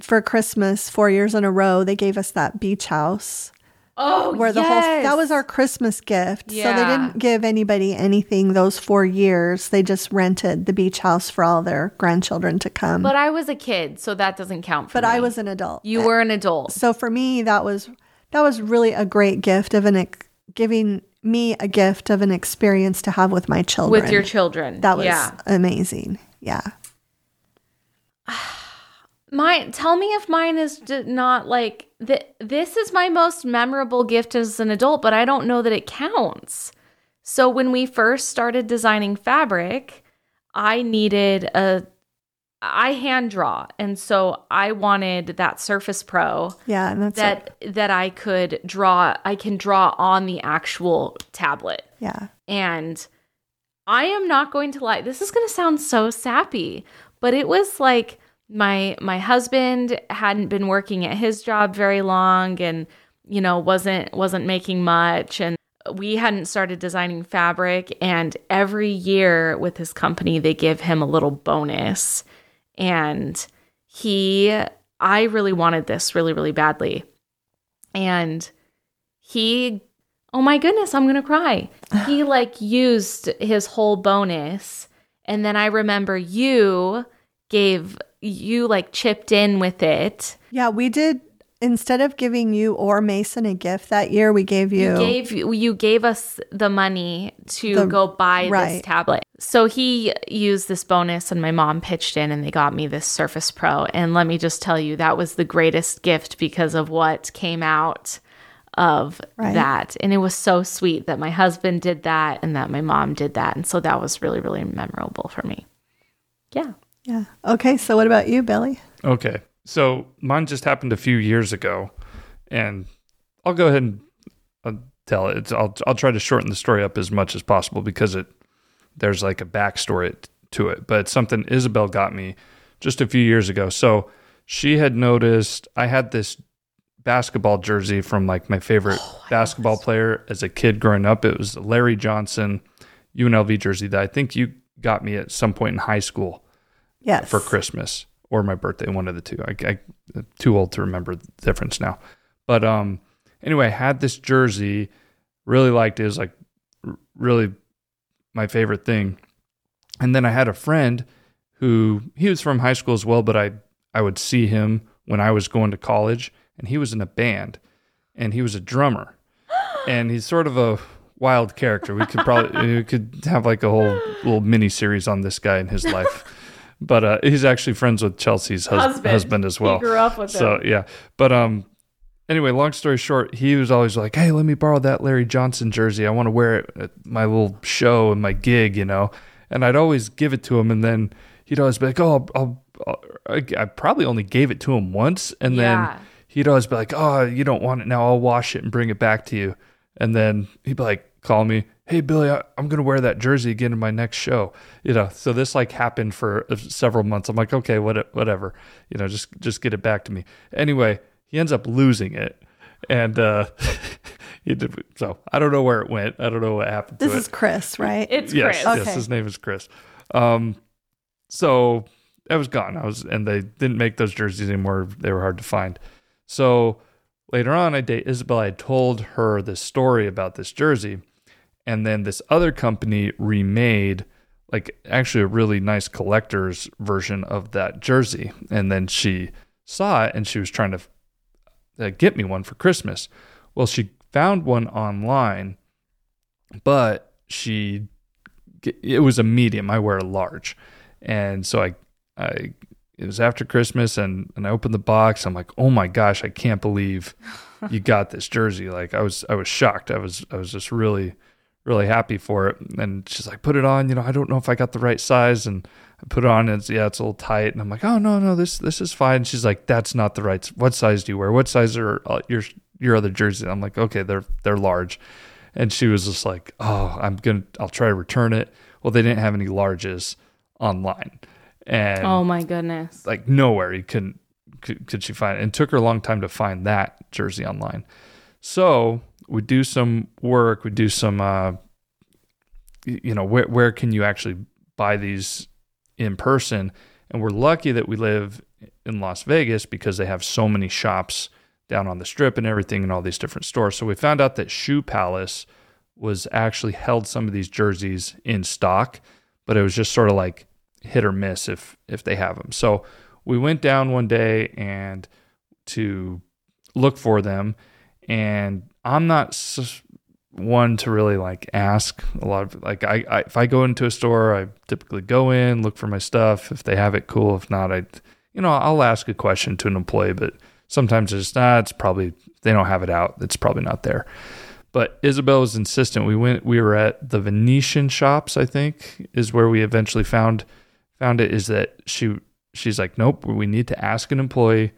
[SPEAKER 2] for Christmas four years in a row. They gave us that beach house
[SPEAKER 1] Oh,
[SPEAKER 2] where the whole
[SPEAKER 1] yes.
[SPEAKER 2] that was our Christmas gift. So they
[SPEAKER 1] Yeah.
[SPEAKER 2] didn't give anybody anything those four years. They just rented the beach house for all their grandchildren to come.
[SPEAKER 1] But I was a kid, so that doesn't count for
[SPEAKER 2] but I
[SPEAKER 1] me.
[SPEAKER 2] was an adult.
[SPEAKER 1] You were an adult.
[SPEAKER 2] so for me that was that was really a great gift of an ex- giving me a gift of an experience to have with my children
[SPEAKER 1] With your children.
[SPEAKER 2] that was
[SPEAKER 1] Yeah.
[SPEAKER 2] amazing yeah
[SPEAKER 1] My tell me if mine is d- not like th- this is my most memorable gift as an adult, but I don't know that it counts. So when we first started designing fabric, I needed a I hand draw, and so I wanted that Surface Pro
[SPEAKER 2] yeah and that's it.
[SPEAKER 1] that that I could draw. I can draw on the actual tablet.
[SPEAKER 2] yeah
[SPEAKER 1] And I am not going to lie. This is going to sound so sappy, but it was like my my husband hadn't been working at his job very long and you know wasn't wasn't making much and we hadn't started designing fabric and every year with his company they give him a little bonus and he I really wanted this really really badly and he oh my goodness i'm gonna cry he like used his whole bonus and then i remember you gave you like chipped in with it
[SPEAKER 2] yeah we did instead of giving you or Mason a gift that year, we gave you.
[SPEAKER 1] You gave you gave us the money to
[SPEAKER 2] The-
[SPEAKER 1] go buy this
[SPEAKER 2] right.
[SPEAKER 1] tablet. So he used this bonus and my mom pitched in and they got me this Surface Pro and let me just tell you that was the greatest gift because of what came out of
[SPEAKER 2] Right.
[SPEAKER 1] that. And it was so sweet that my husband did that and that my mom did that and so that was really really memorable for me. Yeah.
[SPEAKER 2] yeah. Okay. So what about you, Billy?
[SPEAKER 3] Okay. So mine just happened a few years ago, and I'll go ahead and uh tell it. It's, I'll I'll try to shorten the story up as much as possible because it there's like a backstory t- to it. But it's something Isabel got me just a few years ago. So she had noticed I had this basketball jersey from like my favorite basketball player as a kid growing up. It was Larry Johnson UNLV jersey that I think you got me at some point in high school
[SPEAKER 2] Yes.
[SPEAKER 3] for Christmas or my birthday, one of the two. I, I I'm too old to remember the difference now. But um, anyway, I had this jersey, really liked it. It was like r- really my favorite thing. And then I had a friend who he was from high school as well, but I I would see him when I was going to college, and he was in a band, and he was a drummer, and he's sort of a wild character. We could probably we could have like a whole little mini series on this guy and his life. But uh, he's actually friends with Chelsea's hus- husband. as well.
[SPEAKER 1] up with
[SPEAKER 3] So yeah, but um, anyway, long story short, he was always like, "Hey, let me borrow that Larry Johnson jersey. I want to wear it at my little show and my gig, you know." And I'd always give it to him, and then he'd always be like, "Oh, I'll, I'll, I I probably only gave it to him once," and
[SPEAKER 1] Yeah.
[SPEAKER 3] then he'd always be like, "Oh, you don't want it now. I'll wash it and bring it back to you." And then he'd be like, "Call me." Hey Billy, I, I'm gonna wear that jersey again in my next show. You know, so this like happened for uh, several months. I'm like, okay, what, whatever. You know, just just get it back to me. Anyway, he ends up losing it, and uh, he did. So I don't know where it went. I don't know what happened.
[SPEAKER 2] This
[SPEAKER 3] to it
[SPEAKER 2] is Chris, right?
[SPEAKER 1] It's
[SPEAKER 3] yes,
[SPEAKER 1] Chris.
[SPEAKER 2] Okay.
[SPEAKER 3] yes, his name is Chris. Um, so I was gone. I was, and they didn't make those jerseys anymore. They were hard to find. So later on, I date Isabel. I had told her this story about this jersey, and then this other company remade like actually a really nice collector's version of that jersey. And then she saw it, and she was trying to uh, get me one for Christmas. Well, she found one online, but she it was a medium. I wear a large, and so I I it was after Christmas, and and I opened the box. I'm like, oh my gosh, I can't believe you got this jersey. Like I was I was shocked. I was I was just really really happy for it. And she's like, put it on. You know, I don't know if I got the right size, and I put it on. And it's yeah, it's a little tight. And I'm like, oh no no, this this is fine. And she's like, that's not the right. What size do you wear? What size are uh, your your other jerseys? I'm like, okay, they're they're large. And she was just like, "Oh, I'm gonna, I'll try to return it." Well, they didn't have any larges online, and
[SPEAKER 1] oh my goodness.
[SPEAKER 3] like nowhere you couldn't could, could she find it. And took her a long time to find that jersey online. So we do some work, we do some, uh, y- you know, where where can you actually buy these in person? And we're lucky that we live in Las Vegas because they have so many shops down on the strip and everything and all these different stores. So we found out that Shoe Palace was actually held some of these jerseys in stock, but it was just sort of like hit or miss if if they have them. So we went down one day and to look for them and I'm not s- one to really like ask a lot of like I, I if I go into a store I typically go in look for my stuff if they have it cool if not I you know I'll ask a question to an employee but sometimes it's not it's probably they don't have it out it's probably not there but Isabel was insistent. We went. We were at the Venetian shops. I think is where we eventually found found it. Is that she? She's like, nope. We need to ask an employee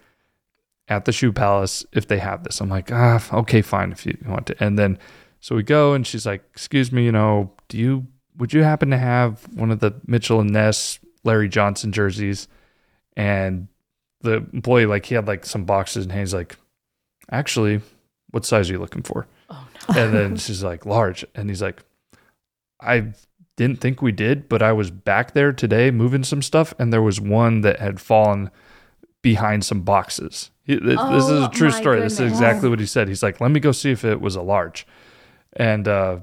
[SPEAKER 3] at the Shoe Palace if they have this. I'm like, ah, f- okay, fine, if you want to. And then so we go, and she's like, excuse me, you know, do you would you happen to have one of the Mitchell and Ness Larry Johnson jerseys? And the employee, like, he had like some boxes, and he's like, actually, what size are you looking for?
[SPEAKER 1] Oh
[SPEAKER 3] And then she's like, large. And he's like, I didn't think we did, but I was back there today moving some stuff, and there was one that had fallen behind some boxes. He- th- this is
[SPEAKER 1] Oh,
[SPEAKER 3] a true
[SPEAKER 1] my
[SPEAKER 3] story. This is
[SPEAKER 1] goodness.
[SPEAKER 3] exactly what he said. He's like, let me go see if it was a large. And uh,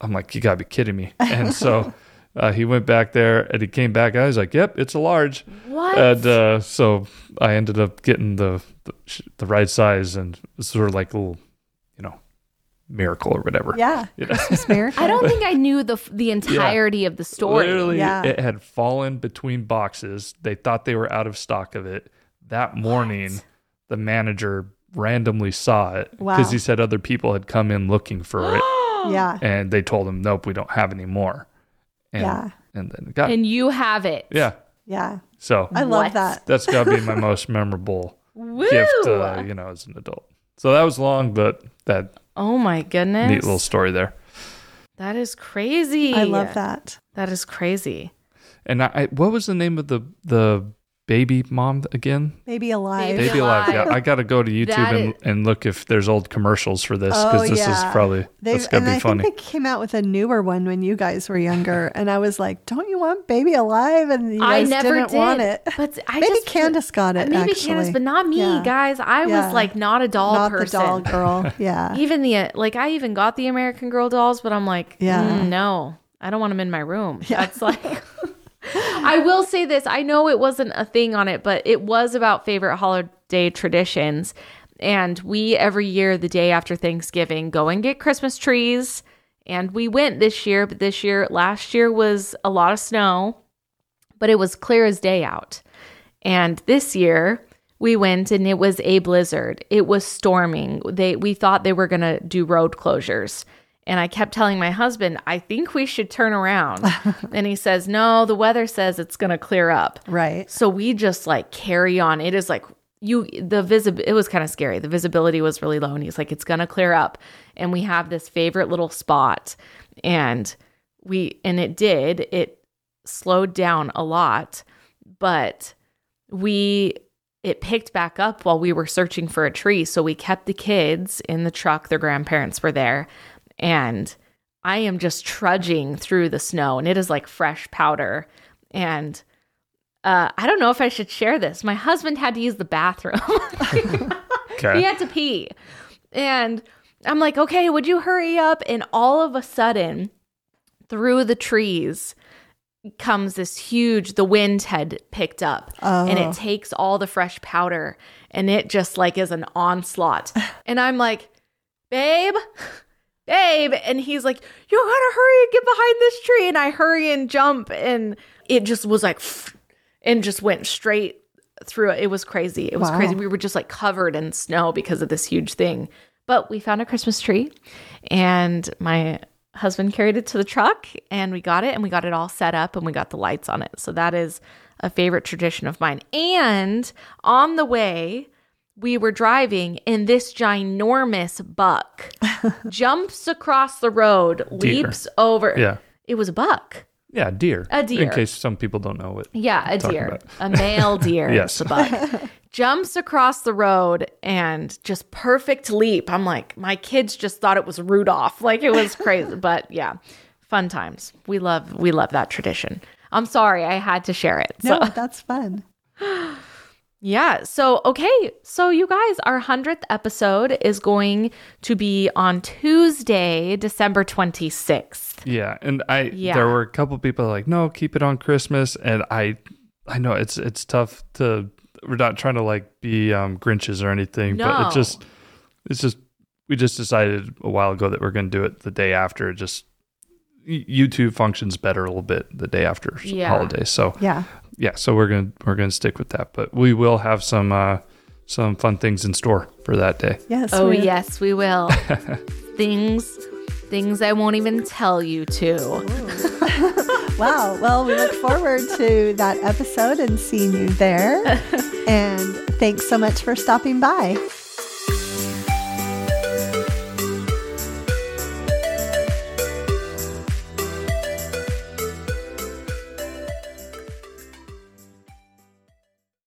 [SPEAKER 3] I'm like, you gotta be kidding me. And so Uh, he went back there and he came back. I was like, "Yep, it's a large."
[SPEAKER 1] What?
[SPEAKER 3] And uh, so I ended up getting the, the the right size and sort of like a little, you know, miracle or whatever.
[SPEAKER 2] Yeah.
[SPEAKER 3] You know?
[SPEAKER 2] Christmas miracle.
[SPEAKER 1] I don't think I knew the f- the entirety of the story.
[SPEAKER 3] Literally,
[SPEAKER 2] Yeah.
[SPEAKER 3] it had fallen between boxes. They thought they were out of stock of it. That morning, the manager randomly saw it
[SPEAKER 2] Wow.
[SPEAKER 3] because he said other people had come in looking for it,
[SPEAKER 2] Yeah.
[SPEAKER 3] and they told him, "Nope, we don't have any more." And,
[SPEAKER 2] Yeah.
[SPEAKER 3] and then got it.
[SPEAKER 1] And you have it.
[SPEAKER 3] yeah.
[SPEAKER 2] Yeah.
[SPEAKER 3] So
[SPEAKER 2] I love
[SPEAKER 1] What?
[SPEAKER 2] that.
[SPEAKER 3] that's got to be my most memorable
[SPEAKER 1] Woo!
[SPEAKER 3] gift, uh, you know, as an adult. So that was long, but that
[SPEAKER 1] oh my goodness.
[SPEAKER 3] neat little story there.
[SPEAKER 1] That is crazy.
[SPEAKER 2] I love that.
[SPEAKER 1] That is crazy.
[SPEAKER 3] And I, I what was the name of the the baby mom again?
[SPEAKER 2] Maybe alive.
[SPEAKER 1] Baby
[SPEAKER 3] Baby Alive.
[SPEAKER 1] Alive.
[SPEAKER 3] Yeah, I got to go to YouTube
[SPEAKER 1] That
[SPEAKER 3] and,
[SPEAKER 1] is-
[SPEAKER 3] and look if there's old commercials for this because
[SPEAKER 2] Oh,
[SPEAKER 3] this
[SPEAKER 2] yeah.
[SPEAKER 3] is probably
[SPEAKER 2] They've,
[SPEAKER 3] that's gonna
[SPEAKER 2] and
[SPEAKER 3] be
[SPEAKER 2] I
[SPEAKER 3] funny.
[SPEAKER 2] think they came out with a newer one when you guys were younger, and I was like, "Don't you want Baby Alive?" And you
[SPEAKER 1] I
[SPEAKER 2] guys
[SPEAKER 1] never
[SPEAKER 2] didn't
[SPEAKER 1] did.
[SPEAKER 2] want it.
[SPEAKER 1] But I
[SPEAKER 2] Maybe
[SPEAKER 1] just
[SPEAKER 2] Candace got it.
[SPEAKER 1] Maybe
[SPEAKER 2] actually.
[SPEAKER 1] Candace, but not me,
[SPEAKER 2] Yeah.
[SPEAKER 1] guys. I
[SPEAKER 2] Yeah.
[SPEAKER 1] was like not a doll
[SPEAKER 2] Not
[SPEAKER 1] person.
[SPEAKER 2] the doll girl. Yeah.
[SPEAKER 1] Even the uh, like, I even got the American Girl dolls, but I'm like,
[SPEAKER 2] Yeah.
[SPEAKER 1] mm, no, I don't want them in my room. That's like. I will say this. I know it wasn't a thing on it, but it was about favorite holiday traditions. And we every year, the day after Thanksgiving, go and get Christmas trees. And we went this year, but this year, last year was a lot of snow, but it was clear as day out. And this year, we went and it was a blizzard. It was storming. They we thought they were going to do road closures. And I kept telling my husband, "I think we should turn around." and he says, "No, the weather says it's going to clear up."
[SPEAKER 2] Right.
[SPEAKER 1] So we just like carry on. It is like you the visib it was kind of scary. The visibility was really low and he's like it's going to clear up. And we have this favorite little spot and we and it did. It slowed down a lot, but we it picked back up while we were searching for a tree. So we kept the kids in the truck. Their grandparents were there. And I am just trudging through the snow and it is like fresh powder. And uh, I don't know if I should share this. My husband had to use the bathroom.
[SPEAKER 3] okay.
[SPEAKER 1] he had to pee. And I'm like, okay, would you hurry up? And all of a sudden, through the trees comes this huge, the wind had picked up and
[SPEAKER 2] Oh.
[SPEAKER 1] it takes all the fresh powder and it just like is an onslaught. and I'm like, babe, babe. And he's like, you gotta hurry and get behind this tree. And I hurry and jump. And it just was like, and just went straight through it. It was crazy. It was
[SPEAKER 2] Wow.
[SPEAKER 1] crazy. We were just like covered in snow because of this huge thing. But we found a Christmas tree and my husband carried it to the truck and we got it and we got it all set up and we got the lights on it. So that is a favorite tradition of mine. And on the way, we were driving and this ginormous buck jumps across the road, leaps over.
[SPEAKER 3] Yeah.
[SPEAKER 1] It was a buck.
[SPEAKER 3] Yeah, deer.
[SPEAKER 1] A deer.
[SPEAKER 3] In case some people don't know it.
[SPEAKER 1] Yeah, a
[SPEAKER 3] talking
[SPEAKER 1] deer,
[SPEAKER 3] about.
[SPEAKER 1] a male deer.
[SPEAKER 3] Yes.
[SPEAKER 1] the buck jumps across the road and just perfect leap. I'm like, my kids just thought it was Rudolph. Like it was crazy, but yeah, fun times. We love we love that tradition. I'm sorry, I had to share it.
[SPEAKER 2] No,
[SPEAKER 1] So
[SPEAKER 2] that's fun.
[SPEAKER 1] yeah. So, okay. So, you guys, our 100th episode is going to be on Tuesday, December 26th.
[SPEAKER 3] Yeah, and I
[SPEAKER 1] Yeah.
[SPEAKER 3] there were a couple people like, no, keep it on Christmas, and I I know it's it's tough to we're not trying to like be um, Grinches or anything, but
[SPEAKER 1] No.
[SPEAKER 3] it just it's just we just decided a while ago that we're going to do it the day after. It just y- YouTube functions better a little bit the day after s-
[SPEAKER 1] Yeah.
[SPEAKER 3] holiday, so
[SPEAKER 2] Yeah.
[SPEAKER 3] yeah, so we're gonna we're gonna stick with that, but we will have some uh, some fun things in store for that day.
[SPEAKER 2] Yes.
[SPEAKER 1] Oh,
[SPEAKER 2] we-
[SPEAKER 1] yes, we will. things things I won't even tell you to.
[SPEAKER 2] Wow. Well, we look forward to that episode and seeing you there. and thanks so much for stopping by.